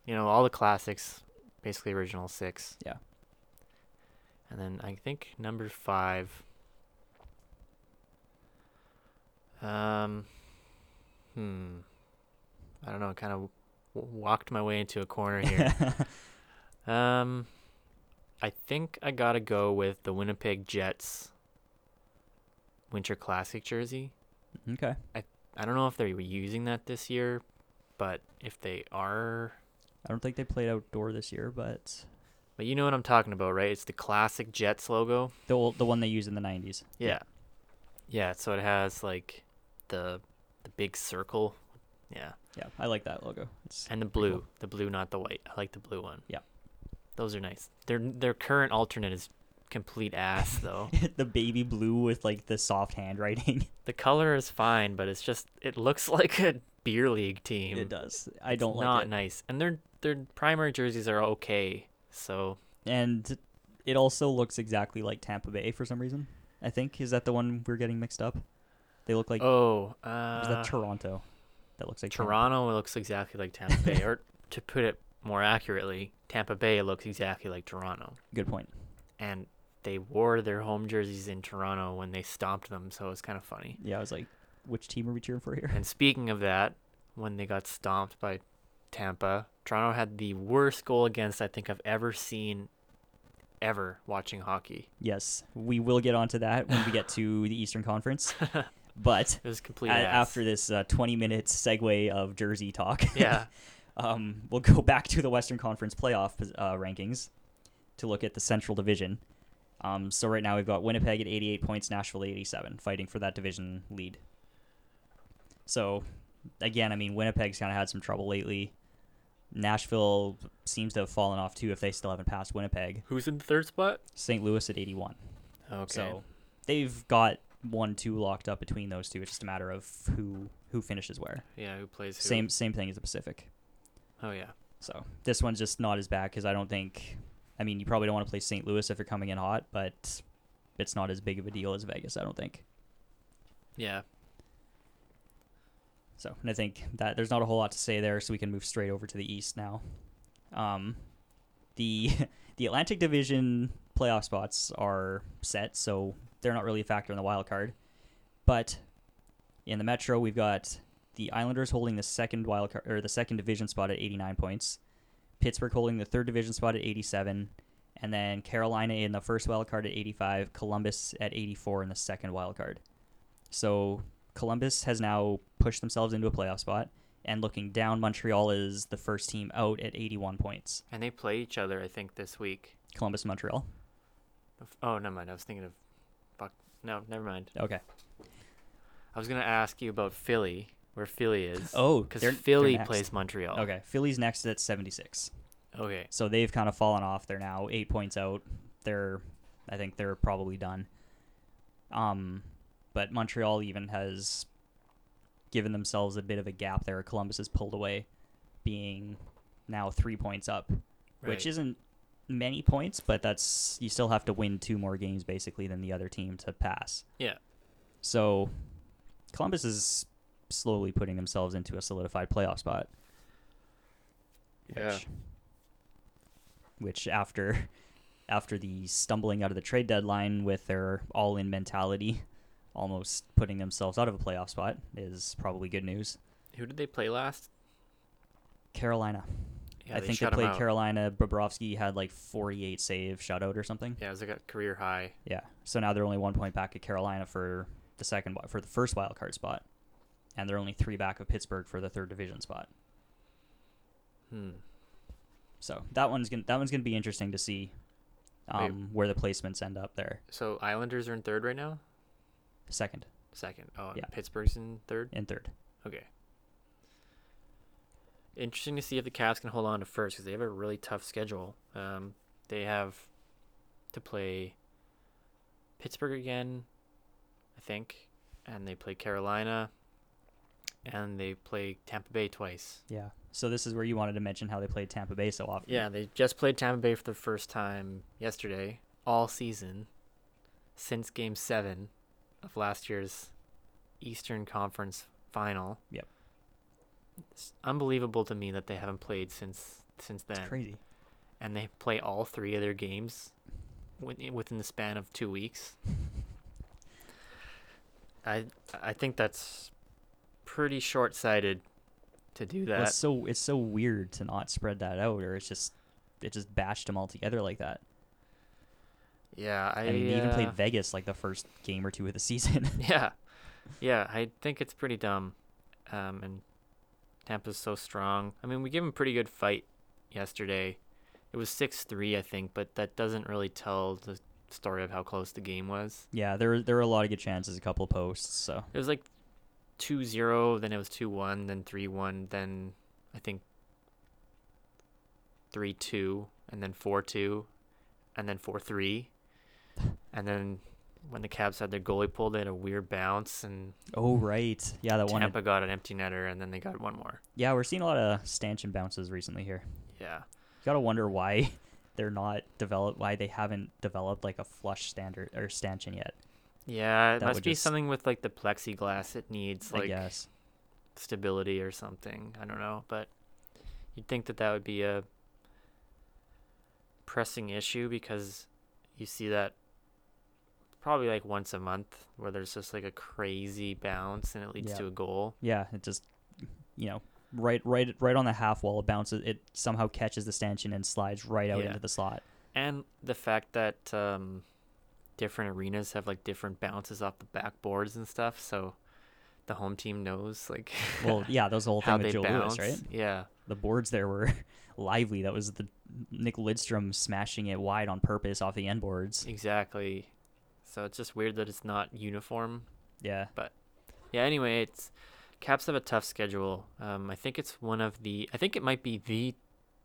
B: you know, all the classics, basically original six.
A: Yeah.
B: And then I think number five. Um, hmm. I don't know. Kind of w- walked my way into a corner here. um, I think I gotta go with the Winnipeg Jets Winter Classic jersey.
A: okay.
B: I don't know if they were using that this year, but if they are,
A: I don't think they played outdoor this year, but
B: but you know what I'm talking about, right? It's the classic Jets logo.
A: the old, the one they used in the '90s.
B: Yeah. Yeah, so it has like the the big circle. Yeah.
A: Yeah, I like that logo. It's
B: And the
A: Pretty
B: blue,
A: cool.
B: the blue not the white. I like the blue one.
A: Yeah.
B: Those are nice. Their their current alternate is complete ass though.
A: the baby blue with like the soft handwriting.
B: the color is fine, but it's just it looks like a beer league team.
A: it does. I don't like
B: not
A: it.
B: nice. And their their primary jerseys are okay. So
A: And it also looks exactly like Tampa Bay for some reason. I think is that the one we're getting mixed up. They look like
B: Oh,
A: or
B: uh,
A: is that Toronto? That looks like Tampa-
B: Toronto looks exactly like Tampa Bay, or to put it more accurately, Tampa Bay looks exactly like Toronto.
A: Good point.
B: And they wore their home jerseys in Toronto when they stomped them, so it's kind of funny.
A: Yeah, I was like, which team are we cheering for here?
B: And speaking of that, when they got stomped by Tampa, Toronto had the worst goal against I think I've ever seen, ever watching hockey.
A: yes, we will get onto that when we get to the Eastern Conference. But
B: It was
A: a-
B: complete. ass.
A: after this uh, 20 minute segue of Jersey talk,
B: yeah,
A: um, we'll go back to the Western Conference playoff pos- uh, rankings to look at the Central Division. Um, so right now we've got Winnipeg at 88 points, Nashville at 87, fighting for that division lead. So, again, I mean Winnipeg's kind of had some trouble lately. Nashville seems to have fallen off too if they still haven't passed Winnipeg.
B: who's in the third spot?
A: St. Louis at 81.
B: Okay,
A: So they've got one two locked up between those two. It's just a matter of who who finishes where.
B: yeah, who plays? Who?
A: Same same thing as the Pacific.
B: Oh yeah.
A: So this one's just not as bad because I don't think. I mean, you probably don't want to play St. Louis if you're coming in hot, but it's not as big of a deal as Vegas. I don't think.
B: Yeah.
A: So, and I think that there's not a whole lot to say there, so we can move straight over to the East now. Um, the the Atlantic Division playoff spots are set, so they're not really a factor in the wild card. But in the Metro, we've got the Islanders holding the second wild card or the second division spot at 89 points, Pittsburgh holding the third division spot at 87, and then Carolina in the first wild card at 85, Columbus at 84 in the second wild card. So Columbus has now pushed themselves into a playoff spot, and looking down, Montreal is the first team out at 81 points.
B: And they play each other, I think, this week.
A: Columbus and Montreal.
B: Of- Oh, never mind. I was thinking of. Fuck. No, never mind.
A: Okay.
B: I was gonna ask you about Philly, where Philly is.
A: Oh,
B: because
A: they're- they're
B: Philly
A: next.
B: plays Montreal.
A: Okay. Philly's next at 76.
B: Okay.
A: So they've kind of fallen off. They're now eight points out. They're, I think they're probably done. Um, but Montreal even has given themselves a bit of a gap there. Columbus has pulled away, being now three points up, which
B: Right.
A: isn't many points, but that's you still have to win two more games basically than the other team to pass.
B: Yeah.
A: So Columbus is slowly putting themselves into a solidified playoff spot. Which, which after after the stumbling out of the trade deadline with their all in mentality, almost putting themselves out of a playoff spot is probably good news.
B: Who did they play last?
A: Carolina.
B: Yeah,
A: I think they
B: shut 'em
A: played
B: out.
A: Carolina. Bobrovsky had like 48 save shutout or something.
B: Yeah, it was like a career high.
A: Yeah. So now they're only one point back at Carolina for the second wi- for the first wild card spot, and they're only three back of Pittsburgh for the third division spot.
B: Hmm.
A: So that one's gonna that one's gonna be interesting to see
B: Wait.
A: um, where the placements end up there.
B: So Islanders are in third right now.
A: Second
B: Second. Oh, and
A: Yeah.
B: Pittsburgh's in third.
A: and third.
B: Okay. Interesting to see if the Cavs can hold on to first because they have a really tough schedule. Um, they have to play Pittsburgh again, I think, and they play Carolina, and they play Tampa Bay twice.
A: Yeah. So this is where you wanted to mention how they played Tampa Bay so often.
B: Yeah, they just played Tampa Bay for the first time yesterday, all season, since Game Seven of last year's Eastern Conference Final.
A: Yep.
B: It's unbelievable to me that they haven't played since since then,
A: It's crazy.
B: and they play all three of their games within within the span of two weeks. I I think that's pretty short sighted to do
A: Well,
B: that.
A: it's so it's so weird to not spread that out, or it's just it just bashed them all together like that.
B: yeah, I,
A: I mean, they even
B: uh,
A: played Vegas like the first game or two of the season.
B: Yeah, yeah, I think it's pretty dumb. Um, and Tampa's so strong. I mean, we gave him a pretty good fight yesterday. It was six three, I think, but that doesn't really tell the story of how close the game was.
A: yeah, there were there were a lot of good chances, a couple posts. So
B: It was like 2-0, then it was two one, then three one, then I think three two, and then four two, and then four three, and then when the Cavs had their goalie pulled, they had a weird bounce and.
A: oh right, yeah, that one.
B: Tampa got an empty netter, and then they got one more.
A: Yeah, we're seeing a lot of stanchion bounces recently here.
B: Yeah,
A: You gotta wonder why they're not developed, why they haven't developed like a flush standard or stanchion yet.
B: yeah. It
A: That
B: must
A: would
B: be
A: just-
B: something with like the plexiglass. It needs
A: I
B: like
A: guess.
B: stability or something. I don't know, but you'd think that that would be a pressing issue because you see that probably like once a month where there's just like a crazy bounce and it leads
A: Yeah.
B: to a goal.
A: Yeah, it just you know right right right on the half wall it bounces it somehow catches the stanchion and slides right out
B: Yeah.
A: into the slot.
B: And the fact that um, different arenas have like different bounces off the backboards and stuff, so the home team knows like
A: Well, yeah, that was the whole
B: how
A: thing
B: they
A: with Joe
B: bounce.
A: Lewis, right?
B: Yeah,
A: The boards there were lively. That was the Nick Lidstrom smashing it wide on purpose off the end boards.
B: exactly. So it's just weird that it's not uniform.
A: Yeah,
B: Yeah. Anyway, it's Caps have a tough schedule. Um, I think it's one of the. I think it might be the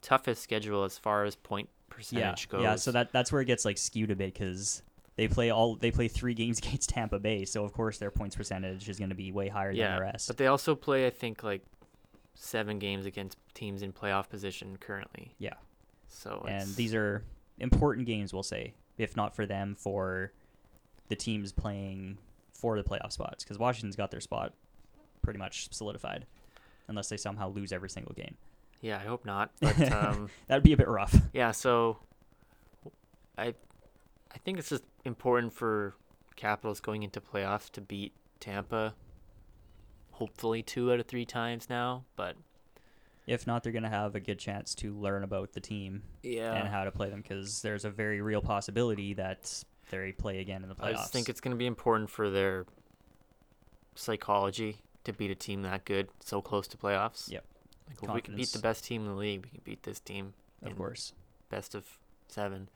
B: toughest schedule as far as point
A: yeah,
B: percentage goes.
A: yeah. So that that's where it gets like skewed a bit because they play all they play three games against Tampa Bay, so of course their points percentage is going to be way higher than the rest.
B: But they also play, I think, like seven games against teams in playoff position currently.
A: Yeah.
B: So
A: and
B: it's-
A: these are important games, we'll say, if not for them, for the teams playing for the playoff spots because Washington's got their spot pretty much solidified, unless they somehow lose every single game.
B: yeah, I hope not. But um,
A: That'd be a bit rough.
B: yeah, so I I think it's just important for Capitals going into playoffs to beat Tampa. Hopefully, two out of three times now, but
A: If not, they're going to have a good chance to learn about the team
B: yeah,
A: and how to play them because there's a very real possibility that they play again in the playoffs.
B: I just think it's going to be important for their psychology to beat a team that good so close to playoffs.
A: Yep.
B: Like if we can beat the
A: Confidence.
B: best team in the league, we can beat this team.
A: of
B: in
A: course.
B: Best of seven.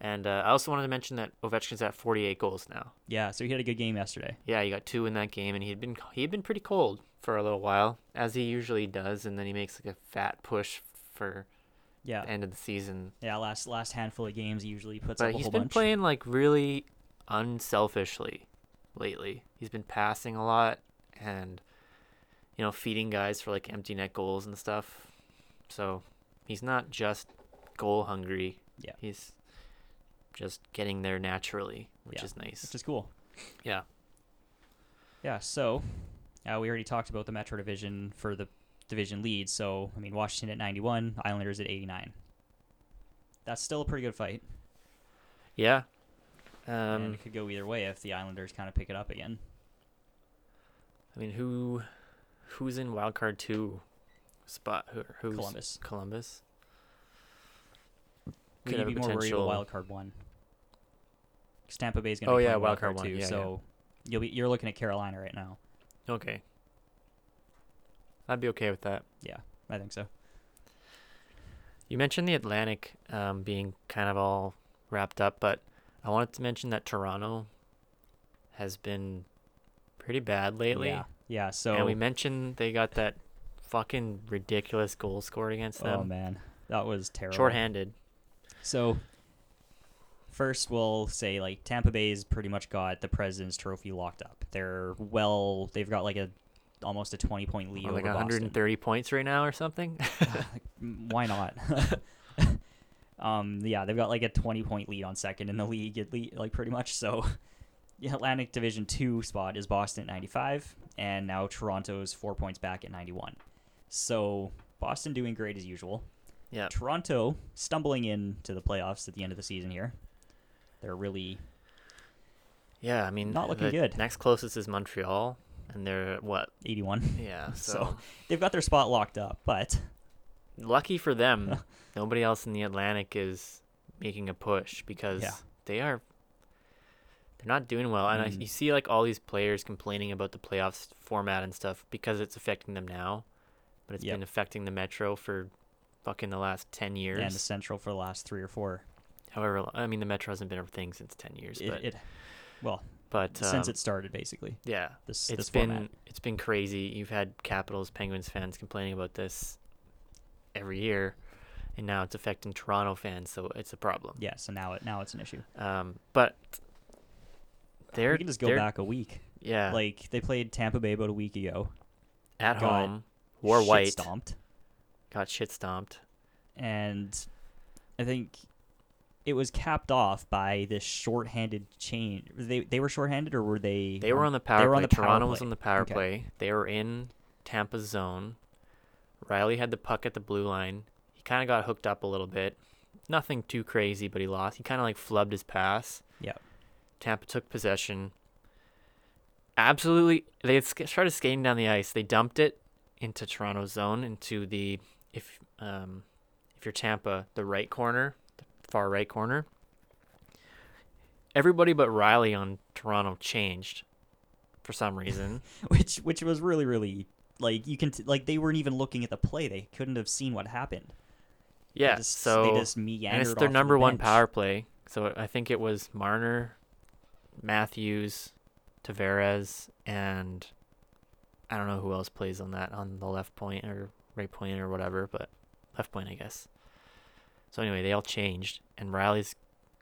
B: And uh, I also wanted to mention that Ovechkin's at 48 goals now.
A: Yeah, so he had a good game yesterday.
B: Yeah, he got two in that game, and he had been he had been pretty cold for a little while, as he usually does, and then he makes like a fat push for
A: Yeah.
B: the end of the season.
A: yeah, last last handful of games he usually puts
B: But
A: up a
B: he's
A: whole
B: been
A: bunch.
B: playing like really unselfishly lately. He's been passing a lot and you know feeding guys for like empty net goals and stuff. So he's not just goal hungry.
A: Yeah.
B: he's just getting there naturally, which
A: Yeah.
B: is nice.
A: which is cool.
B: Yeah.
A: Yeah, so uh, we already talked about the Metro Division for the division lead. So, I mean, Washington at 91, Islanders at 89. That's still a pretty good fight.
B: Yeah.
A: and
B: Um,
A: it could go either way if the Islanders kind of pick it up again.
B: I mean, who who's in wild card two spot? Who, who's
A: Columbus.
B: Columbus.
A: We
B: Could
A: need to
B: have
A: be
B: a
A: more worried about
B: potential-
A: wild card one. 'Cause Tampa Bay's going to
B: Oh,
A: be
B: yeah,
A: playing
B: wild
A: wild card
B: card one,
A: two.
B: yeah, yeah.
A: so you'll be you're looking at Carolina right now.
B: Okay. I'd be okay with that.
A: I think so.
B: You mentioned the Atlantic um, being kind of all wrapped up, but I wanted to mention that Toronto has been pretty bad lately.
A: Yeah. Yeah. So
B: And we mentioned they got that fucking ridiculous goal scored against
A: oh
B: them.
A: man, that was terrible.
B: Shorthanded.
A: So first we'll say like Tampa Bay's pretty much got the President's Trophy locked up. They're well they've got like a almost a 20 point lead
B: Well,
A: over
B: Oh, like
A: Boston.
B: 130 points right now or something.
A: M- Why not? um, yeah, they've got like a 20 point lead on second in the league, at least, like pretty much. So, the Atlantic Division 2 spot is Boston at 95, and now Toronto's four points back at 91. So, Boston doing great as usual.
B: yeah.
A: Toronto stumbling into the playoffs at the end of the season here. They're really
B: Yeah, I mean,
A: Not looking
B: the
A: good.
B: Next closest is Montreal, and they're what?
A: 81.
B: Yeah, so,
A: So- They've got their spot locked up, but
B: lucky for them, nobody else in the Atlantic is making a push because
A: Yeah.
B: they are they're not doing well. And I,
A: Mm.
B: you see like all these players complaining about the playoffs format and stuff because it's affecting them now, but it's
A: Yep.
B: been affecting the Metro for fucking the last 10 years.
A: and the Central for the last three or four.
B: However, lo- I mean the Metro hasn't been a thing since 10 years,
A: It,
B: but
A: it well
B: but
A: since
B: um,
A: it started basically.
B: yeah,
A: This
B: it's
A: this
B: been
A: format.
B: it's been crazy. You've had Capitals, Penguins fans complaining about this every year, and now it's affecting Toronto fans, so it's a problem.
A: Yeah, so now it now it's an issue.
B: Um, but they're
A: we can just go
B: they're-
A: back a week.
B: Yeah, like
A: Like they played Tampa Bay about a week ago.
B: at
A: God.
B: home, wore
A: Shit
B: white,
A: stomped,
B: got shit stomped.
A: and I think it was capped off by this shorthanded change. They they were shorthanded, or were they?
B: They were on the power
A: They were
B: play.
A: on the power
B: Toronto was
A: play.
B: on the power
A: Okay.
B: play. They were in Tampa's zone. Riley had the puck at the blue line. He kind of got hooked up a little bit. Nothing too crazy, but he lost. He kind of like flubbed his pass.
A: Yep.
B: Tampa took possession. Absolutely, they had sk- started skating down the ice. They dumped it into Toronto's zone, into the if um, if you're Tampa, the right corner, the far right corner. Everybody but Riley on Toronto changed for some reason.
A: which which was really really like you can t- like they weren't even looking at the play. They couldn't have seen what happened. They
B: yeah,
A: just-
B: so
A: they just meandered
B: and it's
A: off
B: their
A: the
B: number one
A: bench.
B: power play. So I think it was Marner, Matthews, Tavares, and I don't know who else plays on that on the left point or right point or whatever, but left point I guess. So anyway, they all changed, and Riley's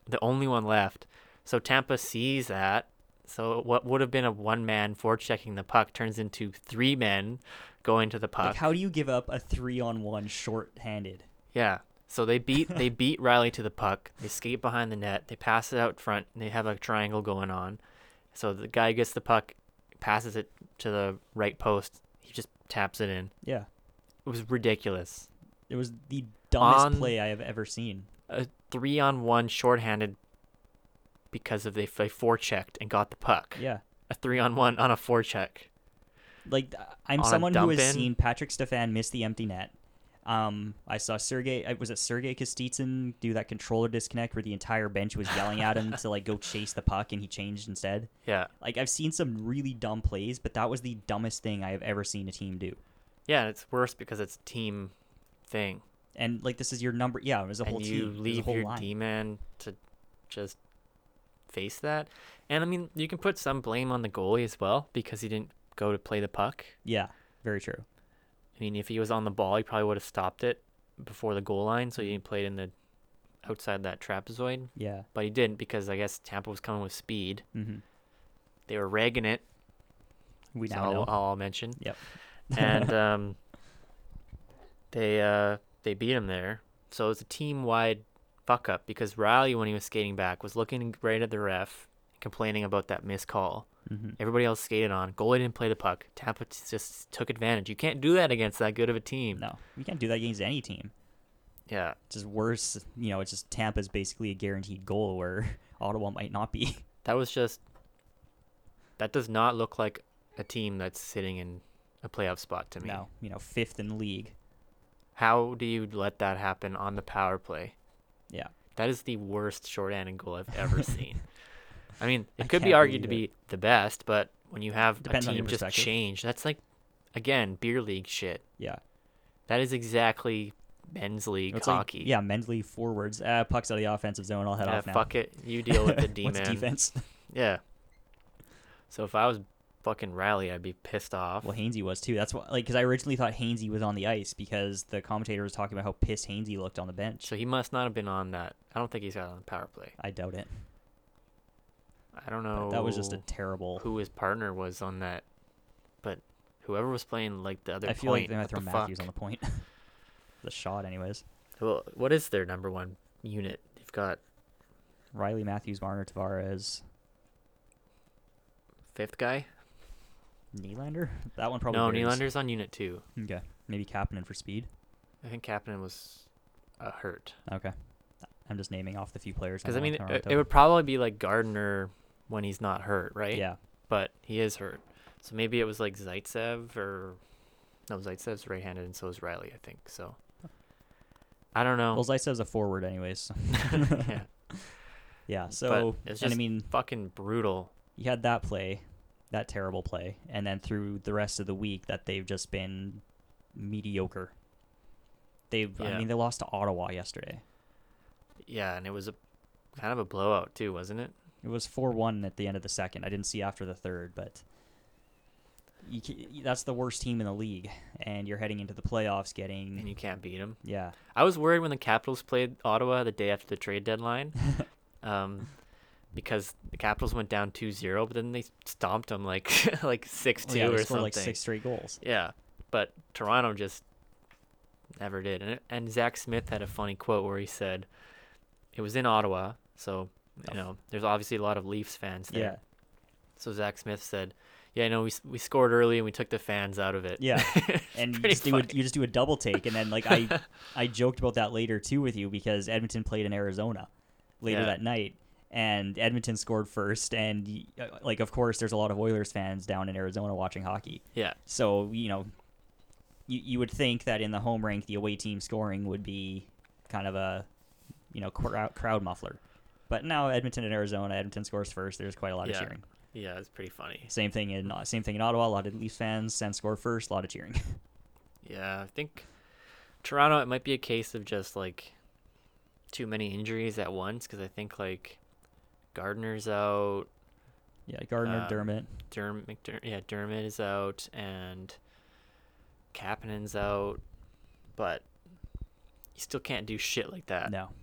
B: the only one left. So Tampa sees that. So what would have been a one man forechecking the puck turns into three men going to the puck.
A: Like, how do you give up a three on one shorthanded?
B: Yeah. So they beat they beat Riley to the puck. They skate behind the net. They pass it out front. And they have a triangle going on. So the guy gets the puck, passes it to the right post. He just taps it in.
A: Yeah,
B: It was ridiculous.
A: it was the dumbest
B: On-
A: play I have ever seen.
B: A three on one shorthanded because of they they forechecked and got the puck.
A: Yeah.
B: A three on one on a forecheck.
A: Like th- I'm
B: On a
A: someone who has
B: dump-in?
A: seen Patrick Stefan miss the empty net. Um, I saw Sergey. I- Was it Sergey Kostitsyn do that controller disconnect where the entire bench was yelling at him to like go chase the puck and he changed instead?
B: Yeah.
A: Like I've seen some really dumb plays, but that was the dumbest thing I have ever seen a team do.
B: Yeah, and it's worse because it's a team thing.
A: And like this is your number. Yeah, it was a whole
B: and
A: team.
B: you
A: it was a
B: leave
A: whole
B: your
A: line.
B: D man to just face that. And I mean, you can put some blame on the goalie as well because he didn't go to play the puck.
A: Yeah, very true.
B: I mean, if he was on the ball, he probably would have stopped it before the goal line, so
A: Mm-hmm.
B: he played in the outside that trapezoid.
A: Yeah.
B: But he didn't because I guess Tampa was coming with speed.
A: hmm
B: They were ragging it.
A: We
B: so uh,
A: now
B: I'll,
A: know.
B: I'll mention.
A: Yep.
B: and um, they uh, they beat him there. So it was a team wide fuck up because Riley, when he was skating back, was looking right at the ref, complaining about that missed call.
A: hmm
B: Everybody else skated on. Goalie didn't play the puck. Tampa t- just took advantage. You can't do that against that good of a team.
A: No, you can't do that against any team.
B: Yeah.
A: It's just worse. You know, it's just Tampa's basically a guaranteed goal where Ottawa might not be.
B: That was just. That does not look like a team that's sitting in a playoff spot to me.
A: No, you know, fifth in the league.
B: How do you let that happen on the power play?
A: Yeah.
B: That is the worst shorthanded goal I've ever seen. I mean, it
A: I
B: could be
A: can't
B: argued to
A: believe
B: be the best, but when you have
A: Depends
B: a
A: on your
B: team just
A: perspective.
B: change, that's like, again, beer league shit.
A: Yeah.
B: That is exactly men's league
A: It's like-
B: hockey.
A: yeah, mentally forwards. Uh, pucks out of the offensive zone. I'll head
B: Yeah,
A: off now.
B: fuck it. You deal with the D
A: What's
B: man.
A: defense?
B: Yeah. So if I was fucking Riley, I'd be pissed off.
A: Well, Hainsey was too. That's why, like, because I originally thought Hainsey was on the ice because the commentator was talking about how pissed Hainsey looked on the bench.
B: So he must not have been on that. I don't think he's got on the power play.
A: I doubt it.
B: I don't know. Oh,
A: But That was just a terrible.
B: who his partner was on that, but whoever was playing like the other
A: I feel
B: point.
A: like they might
B: what
A: throw
B: the
A: Matthews on
B: fuck?
A: the point. the shot, anyways.
B: Well, what is their number one unit? They've got
A: Riley Matthews, Marner Tavares,
B: fifth guy.
A: Nylander. That one probably.
B: no,
A: varies.
B: Nylander's on unit two.
A: Okay, maybe Kapanen for speed.
B: I think Kapanen was uh, hurt.
A: Okay, I'm just naming off the few players.
B: Because
A: now
B: I
A: on
B: mean, it,
A: Toronto.
B: it would probably be like Gardner when he's not hurt, right?
A: Yeah,
B: But he is hurt, so maybe it was like Zaitsev or no, Zaitsev's right-handed, and so is Riley, I think. So I don't know.
A: well, Zaitsev's a forward, anyways. so-
B: Oh. yeah,
A: yeah. So,
B: it's
A: and I
B: just-
A: mean,
B: fucking brutal.
A: you had that play, that terrible play, and then through the rest of the week that they've just been mediocre. They, have I
B: Yeah.
A: mean, they lost to Ottawa yesterday.
B: Yeah, and it was a kind of a blowout too, wasn't it?
A: It was four one at the end of the second. I didn't see after the third, but you, ca- that's the worst team in the league, and you're heading into the playoffs getting
B: And you can't beat them.
A: yeah.
B: I was worried when the Capitals played Ottawa the day after the trade deadline, um, because the Capitals went down 2-0, but then they stomped them like like six
A: Oh,
B: two
A: yeah, they
B: or
A: scored
B: something.
A: like six straight goals.
B: Yeah, but Toronto just never did. And and Zach Smith had a funny quote where he said, "It was in Ottawa, so you know there's obviously a lot of Leafs fans there."
A: Oh. Yeah,
B: So Zach Smith said, "Yeah, I know we s- we scored early and we took the fans out of it."
A: yeah. And you
B: pretty
A: just, do a,
B: funny.
A: you just do a double take, and then like I, I joked about that later too with you because Edmonton played in Arizona later
B: Yeah.
A: that night, and Edmonton scored first, and y- uh, like of course there's a lot of Oilers fans down in Arizona watching hockey,
B: yeah,
A: So you know, you you would think that in the home rank, the away team scoring would be kind of a you know crowd crowd muffler. But now Edmonton and Arizona, Edmonton scores first. There's quite a lot of
B: Yeah.
A: cheering.
B: yeah. It's pretty funny.
A: Same thing in uh, same thing in Ottawa. A lot of Leafs fans send score first. A lot of cheering.
B: Yeah, I think Toronto. It might be a case of just like too many injuries at once because I think like Gardner's out,
A: yeah, Gardner,
B: Um,
A: Dermott.
B: Derm McDerm- yeah, Dermott is out and Kapanen's out, but you still can't do shit like that.
A: No, mean,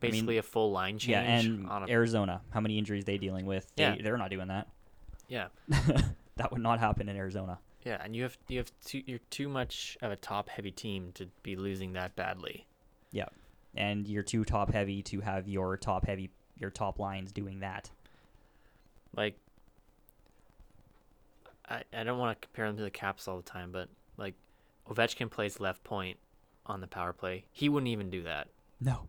B: Basically, a full line uh, change.
A: yeah, and
B: on a,
A: Arizona. How many injuries they dealing with? They,
B: Yeah.
A: they're not doing that.
B: yeah,
A: That would not happen in Arizona.
B: yeah, and you have you have too you're too much of a top heavy team to be losing that badly.
A: Yeah, and you're too top heavy to have your top heavy your top lines doing that.
B: Like, I I don't want to compare them to the Caps all the time, but like Ovechkin plays left point on the power play. He wouldn't even do that.
A: No,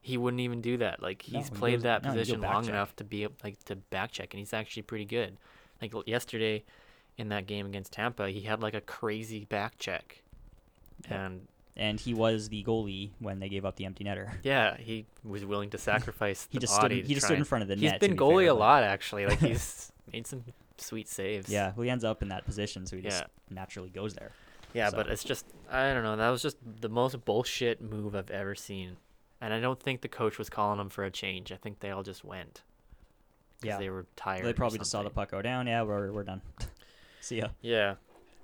B: he wouldn't even do that. Like
A: No,
B: he's
A: he
B: played
A: goes-
B: that
A: no, you go
B: position
A: back
B: long
A: check.
B: enough to be ab- like to back check, and he's actually pretty good. Like l- yesterday, in that game against Tampa, he had like a crazy back check, and
A: and he was the goalie when they gave up the empty netter.
B: yeah, he was willing to sacrifice.
A: He
B: the
A: just stood
B: body
A: in-
B: to
A: he just
B: try
A: stood in
B: and-
A: front of the net, to
B: He's been
A: be
B: goalie
A: fair,
B: a
A: but-
B: lot actually. Like he's made some sweet saves.
A: Yeah, well, he ends up in that position, so he just
B: Yeah.
A: naturally goes there.
B: Yeah,
A: So-
B: but it's just I don't know. That was just the most bullshit move I've ever seen, and I don't think the coach was calling them for a change. I think they all just went. 'cause
A: Yeah.
B: they were tired.
A: They
B: or
A: probably just saw the
B: something.
A: puck go down. Yeah, we're, we're done. See ya.
B: Yeah.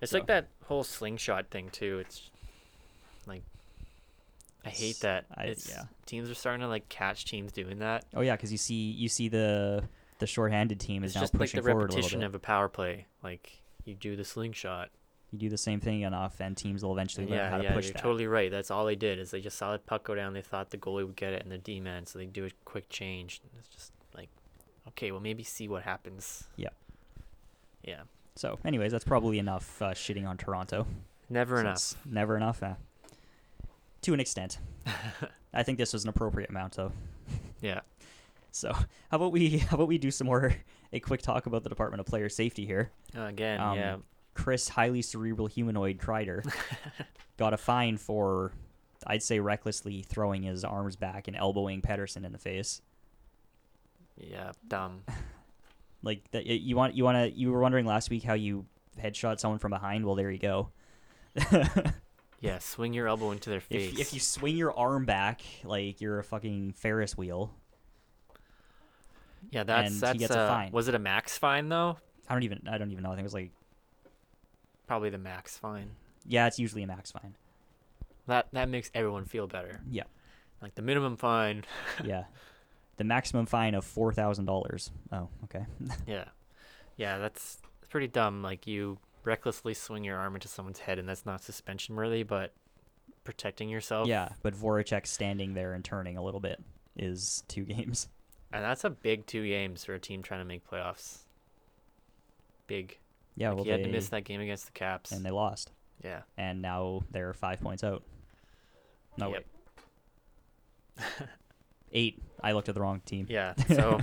B: It's
A: So-
B: like that whole slingshot thing too. It's like I
A: It's-
B: hate that.
A: I-
B: it's,
A: yeah.
B: Teams are starting to like catch teams doing that.
A: Oh yeah, because you see you see the the shorthanded team is
B: It's
A: now
B: just like
A: pushing
B: the
A: forward a little
B: repetition
A: bit.
B: of a power play. Like you do the slingshot.
A: you do the same thing enough, and teams will eventually learn how
B: Yeah,
A: to
B: yeah,
A: push
B: you're
A: that.
B: totally right. That's all they did is they just saw the puck go down. They thought the goalie would get it and the D man, so they do a quick change. And It's just like, okay, well maybe see what happens.
A: Yeah.
B: Yeah.
A: So, anyways, that's probably enough uh, shitting on Toronto.
B: Never enough.
A: Since Never enough. Uh, to an extent, I think this was an appropriate amount, though.
B: Yeah.
A: So, how about we how about we do some more a quick talk about the Department of Player Safety here.
B: Again,
A: Um,
B: yeah.
A: Chris, highly cerebral humanoid Kreider, got a fine for, I'd say, recklessly throwing his arms back and elbowing Pedersen in the face.
B: Yeah. Dumb.
A: Like that, y- you want you want to you were wondering last week how you headshot someone from behind. Well, there you go.
B: Yeah, swing your elbow into their face.
A: If, if you swing your arm back like you're a fucking Ferris wheel,
B: yeah, that's
A: and he
B: that's
A: gets a
B: uh,
A: fine.
B: Was it a max fine though?
A: I don't even I don't even know. I think it was like
B: Probably the max fine.
A: yeah, it's usually a max fine.
B: That that makes everyone feel better.
A: Yeah,
B: Like the minimum fine.
A: yeah. The maximum fine of four thousand dollars. Oh, okay.
B: yeah, yeah, that's pretty dumb. Like you recklessly swing your arm into someone's head, and that's not suspension worthy, but protecting yourself.
A: Yeah, but Voracek standing there and turning a little bit is two games.
B: and that's a big two games for a team trying to make playoffs. Big.
A: Yeah,
B: like
A: well,
B: he had
A: they,
B: to miss that game against the Caps.
A: and they lost,
B: yeah.
A: and now they're five points out. No,
B: Yep.
A: wait, eight. I looked at the wrong team.
B: Yeah. So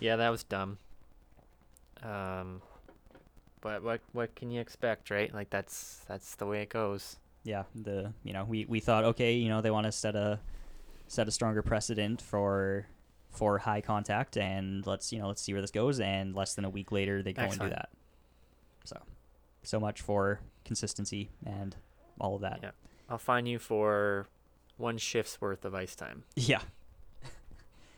B: yeah, that was dumb. Um but what what can you expect, right? Like that's that's the way it goes.
A: yeah the you know we, we thought okay you know they want to set a set a stronger precedent for for high contact and let's you know let's see where this goes and less than a week later they go and
B: Excellent.
A: do that so so much for consistency and all of that
B: Yeah. I'll fine you for one shift's worth of ice time.
A: yeah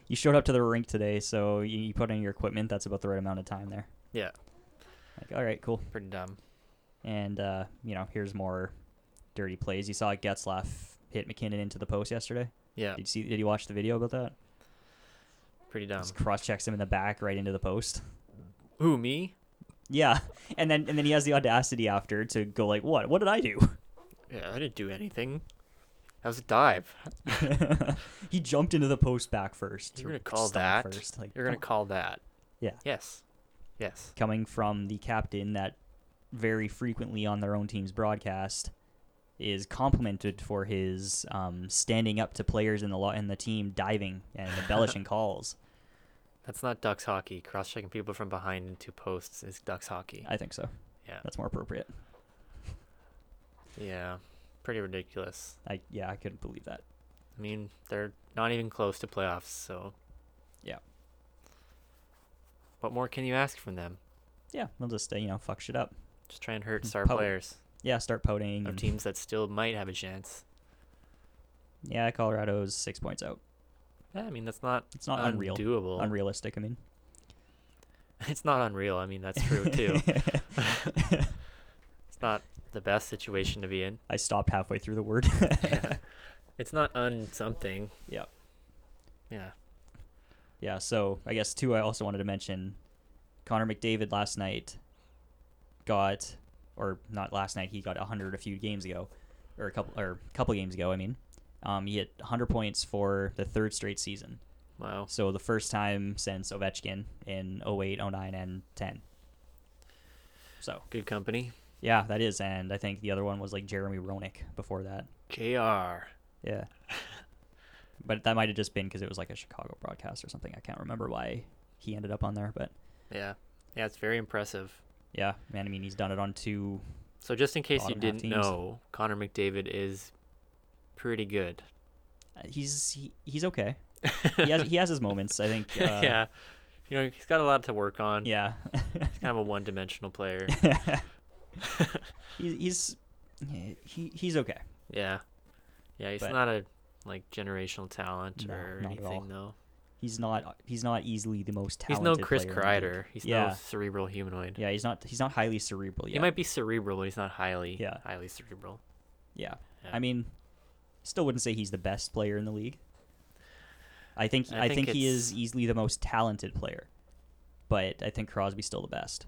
A: you showed up to the rink today so you, you put in your equipment that's about the right amount of time there
B: Yeah.
A: like all right cool
B: Pretty dumb.
A: and uh you know here's more dirty plays you saw Getzlaff hit McKinnon into the post yesterday
B: Yeah.
A: did you see did you watch the video about that
B: Pretty dumb.
A: Just cross checks him in the back right into the post.
B: Who me?
A: Yeah. And then and then he has the audacity after to go like, What? What did I do?
B: Yeah, I didn't do anything. That was a dive.
A: he jumped into the post back 1st
B: You're gonna call that?
A: Like
B: You're gonna
A: come-
B: call that.
A: Yeah.
B: Yes. Yes.
A: coming from the captain that very frequently on their own team's broadcast is complimented for his um, standing up to players in the law in the team diving and embellishing calls.
B: That's not ducks hockey. Cross checking people from behind into posts is ducks hockey.
A: I think so.
B: Yeah.
A: That's more appropriate.
B: Yeah. Pretty ridiculous.
A: I yeah, I couldn't believe that.
B: I mean, they're not even close to playoffs, so.
A: Yeah.
B: What more can you ask from them?
A: Yeah, they'll just uh, you know fuck shit up.
B: Just try and hurt star
A: Pout.
B: players
A: Yeah, start pouting.
B: of
A: and-
B: teams that still might have a chance.
A: Yeah, Colorado's six points out.
B: Yeah, I mean, that's not
A: It's not unreal.
B: undoable.
A: Unrealistic, I mean.
B: It's not unreal. I mean, that's true too. it's not the best situation to be in.
A: I stopped halfway through the word.
B: It's not un something.
A: Yeah.
B: Yeah.
A: yeah, so I guess, too, I also wanted to mention Connor McDavid last night got, or not last night, he got 100 a few games ago, or a couple, or a couple games ago, I mean. Um, he hit 100 points for the third straight season.
B: Wow.
A: So the first time since Ovechkin in 08, 09, and 10. So,
B: Good company.
A: yeah, that is. And I think the other one was like Jeremy Roenick before that.
B: KR.
A: Yeah. but that might have just been because it was like a Chicago broadcast or something. I can't remember why he ended up on there, but
B: Yeah. Yeah, it's very impressive.
A: yeah, man, I mean, he's done it on two.
B: So just in case you
A: Bottom half
B: didn't
A: teams.
B: know, Connor McDavid is pretty good.
A: uh, He's he, he's okay. He has he has his moments. I think. Uh,
B: yeah. You know, he's got a lot to work on.
A: Yeah.
B: He's kind of a one dimensional player.
A: he's he's yeah, he, he's okay.
B: yeah. Yeah, he's
A: But-
B: not a like generational talent
A: No,
B: or
A: not at all.
B: anything though.
A: He's not he's not easily the most
B: He's
A: talented.
B: no Chris
A: player in the
B: Kreider.
A: league.
B: He's
A: yeah.
B: no cerebral humanoid.
A: yeah, he's not he's not highly cerebral yet.
B: He might be cerebral, but he's not highly
A: Yeah.
B: highly cerebral.
A: Yeah.
B: Yeah.
A: I mean, still wouldn't say he's the best player in the league. I think
B: I
A: I, think,
B: think
A: he
B: it's-
A: is easily the most talented player, but I think Crosby's still the best.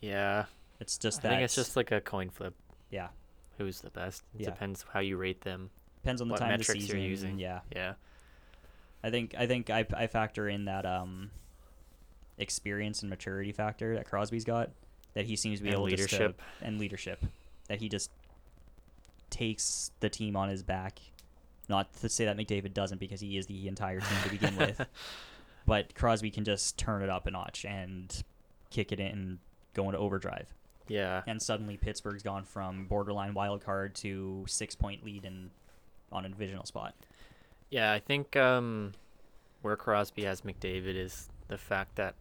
B: Yeah.
A: It's just
B: I
A: that
B: think it's just like a coin flip.
A: yeah
B: Who's the best? It
A: Yeah.
B: depends how you rate them.
A: depends on the
B: what
A: time of the
B: metrics
A: season.
B: you're using.
A: Yeah,
B: Yeah.
A: I think I think I, I factor in that um experience and maturity factor that Crosby's got that he seems to be
B: And
A: able just
B: leadership.
A: to, and leadership that he just takes the team on his back. Not to say that McDavid doesn't because he is the entire team to begin with, but Crosby can just turn it up a notch and kick it in and go into overdrive.
B: Yeah.
A: And suddenly Pittsburgh's gone from borderline wild card to six point lead and on a divisional spot.
B: Yeah, I think um, where Crosby has McDavid is the fact that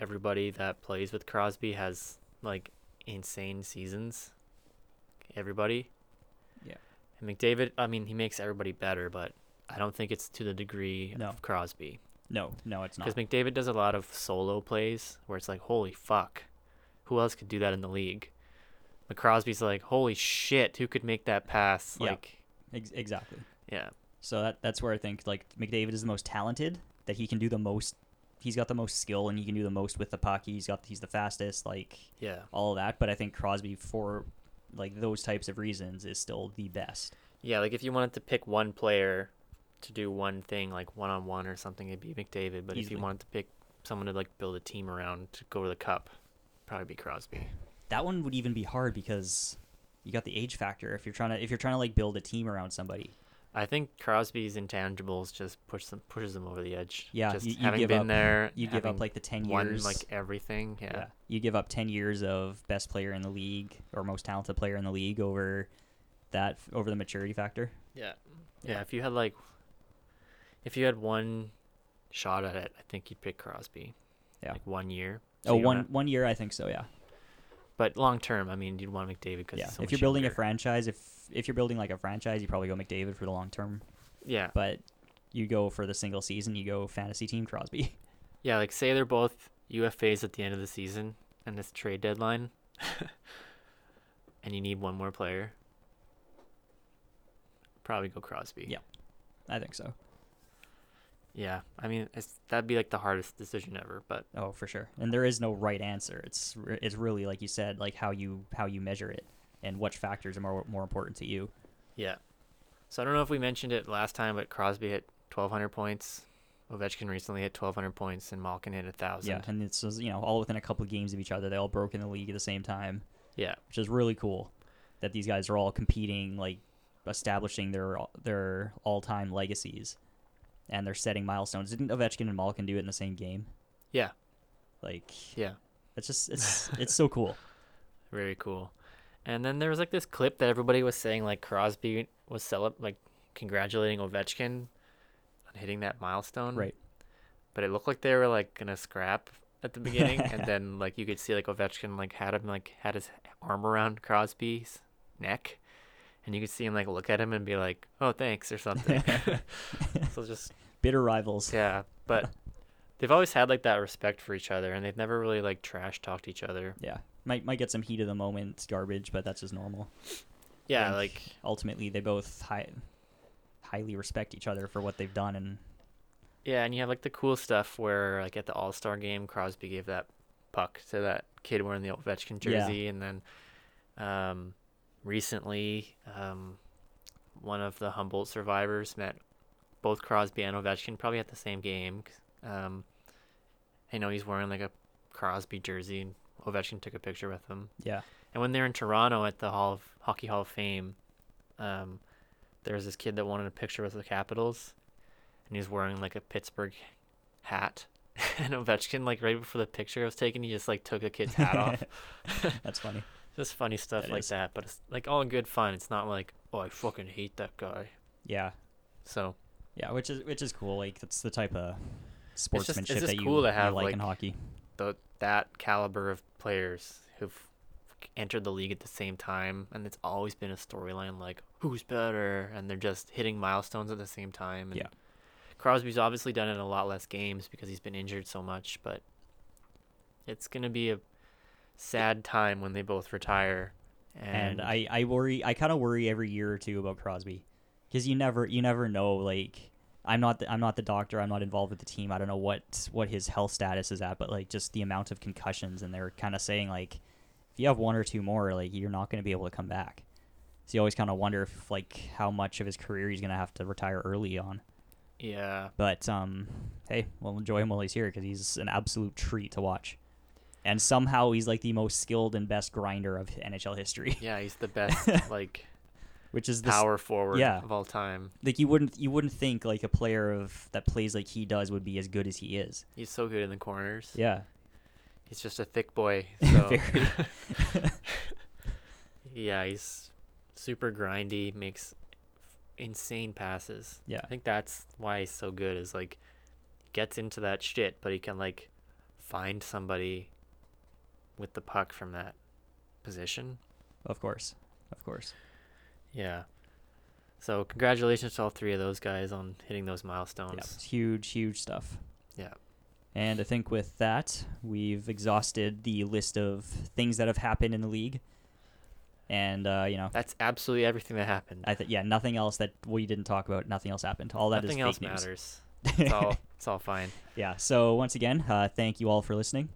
B: everybody that plays with Crosby has like insane seasons. Everybody.
A: Yeah.
B: And McDavid, I mean, he makes everybody better, but I don't think it's to the degree
A: No.
B: of Crosby
A: No, no, it's not.
B: because McDavid does a lot of solo plays where it's like, holy fuck, who else could do that in the league? But Crosby's like, holy shit, who could make that pass?
A: Yeah.
B: Like,
A: Ex- exactly.
B: yeah.
A: So that that's where I think like McDavid is the most talented that he can do the most he's got the most skill and he can do the most with the puck. He's got he's the fastest, like
B: Yeah.
A: all of that. But I think Crosby, for like those types of reasons, is still the best.
B: Yeah, like if you wanted to pick one player to do one thing, like one on one or something, it'd be McDavid. But if you
A: Easily.
B: wanted to pick someone to like build a team around to go to the cup, probably be Crosby.
A: That one would even be hard because you got the age factor. If you're trying to if you're trying to like build a team around somebody,
B: I think Crosby's intangibles just push them pushes them over the edge.
A: Yeah,
B: just
A: you- you
B: having
A: give
B: been
A: up-
B: there,
A: you give
B: having
A: up like the ten
B: won,
A: years.
B: like everything. Yeah.
A: yeah, you give up ten years of best player in the league or most talented player in the league over that over the maturity factor.
B: Yeah. Yeah. If you had like, if you had one shot at it, I think you'd pick Crosby.
A: Yeah.
B: Like one year.
A: Oh,
B: you don't
A: one
B: have-
A: one year, I think so. Yeah,
B: but long term, I mean, you'd want McDavid because
A: yeah. If you're building a franchise, if if you're building like a franchise, you probably go McDavid for the long term.
B: yeah,
A: But you go for the single season, you go fantasy team Crosby.
B: yeah, like say they're both UFAs at the end of the season and this trade deadline, and you need one more player. Probably go Crosby.
A: Yeah. I think so.
B: Yeah. I mean, it's, that'd be like the hardest decision ever, but
A: Oh, for sure. And there is no right answer. It's re- it's really like you said, like how you how you measure it and what factors are more more important to you.
B: Yeah. So I don't know if we mentioned it last time, but Crosby hit 1,200 points. Ovechkin recently hit 1,200 points, and Malkin hit 1,000.
A: Yeah, and it's just, you know all within a couple of games of each other. They all broke in the league at the same time,
B: Yeah.
A: which is really cool. That these guys are all competing, like establishing their their all time legacies, and they're setting milestones. Didn't Ovechkin and Malkin do it in the same game?
B: Yeah.
A: Like
B: Yeah.
A: it's just it's it's so cool.
B: Very cool. And then there was like this clip that everybody was saying like Crosby was celeb like congratulating Ovechkin on hitting that milestone.
A: Right.
B: But it looked like they were like gonna scrap at the beginning, and then like you could see like Ovechkin like had him like had his arm around Crosby's neck, and you could see him like look at him and be like, "Oh, thanks" or something. so just
A: Bitter rivals.
B: yeah, but they've always had like that respect for each other, and they've never really like trash talked each other.
A: Yeah. Might might get some heat of the moment garbage, but that's just normal.
B: Yeah,
A: think
B: like
A: ultimately they both high, highly respect each other for what they've done and
B: Yeah, and you have like the cool stuff where like at the All Star game, Crosby gave that puck to that kid wearing the Ovechkin
A: Yeah.
B: jersey, and then um, recently, um, one of the Humboldt survivors met both Crosby and Ovechkin probably at the same game. 'cause, Um, I know he's wearing like a Crosby jersey, and Ovechkin took a picture with him.
A: yeah
B: And when they're in Toronto at the Hall of Hockey Hall of Fame, um, there was this kid that wanted a picture with the Capitals, and he was wearing like a Pittsburgh hat. And Ovechkin, like right before the picture was taken, he just like took the kid's hat off.
A: that's funny
B: Just funny stuff
A: That
B: like
A: is-
B: that, but it's like all in good fun. It's not like oh I fucking hate that guy.
A: yeah
B: So
A: yeah which is which is cool like that's the type of
B: it's
A: sportsmanship
B: just
A: that you,
B: cool to
A: you
B: have
A: like,
B: like,
A: in hockey
B: the that caliber of players who've entered the league at the same time and it's always been a storyline like who's better and they're just hitting milestones at the same time and
A: Yeah.
B: Crosby's obviously done it in a lot less games because he's been injured so much but it's going to be a sad time when they both retire and,
A: and I I worry I kind of worry every year or two about Crosby because you never you never know like I'm not the, I'm not the doctor I'm not involved with the team I don't know what what his health status is at but like just the amount of concussions and they're kind of saying like if you have one or two more like you're not going to be able to come back so you always kind of wonder if like how much of his career he's going to have to retire early on
B: yeah
A: but um hey we'll enjoy him while he's here because he's an absolute treat to watch and somehow he's like the most skilled and best grinder of NHL history
B: yeah he's the best like
A: which is the s-
B: power forward
A: yeah.
B: of all time
A: like you wouldn't you wouldn't think like a player of that plays like he does would be as good as he is.
B: he's so good in the corners
A: Yeah.
B: he's just a thick boy so
A: Very.
B: Yeah, he's super grindy, makes insane passes.
A: Yeah.
B: I think that's why he's so good is like gets into that shit, but he can like find somebody with the puck from that position.
A: Of course. Of course.
B: Yeah. So congratulations to all three of those guys on hitting those
A: Yeah.
B: milestones.
A: It's huge, huge stuff.
B: Yeah.
A: And I think with that, we've exhausted the list of things that have happened in the league. And uh, you know,
B: That's absolutely everything that happened.
A: I think yeah, nothing else that we didn't talk about, nothing else happened. All that is
B: Nothing
A: fake
B: else
A: news.
B: matters. It's all it's all fine.
A: yeah. So once again, uh, thank you all for listening.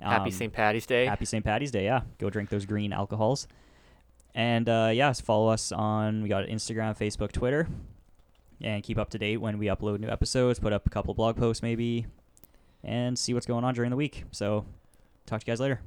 B: Happy
A: Um,
B: St. Patty's Day.
A: Happy St. Patty's Day. Yeah, go drink those green alcohols. And uh, yes, follow us on we got Instagram, Facebook, Twitter, and keep up to date when we upload new episodes. Put up a couple blog posts maybe, and see what's going on during the week. So, talk to you guys later.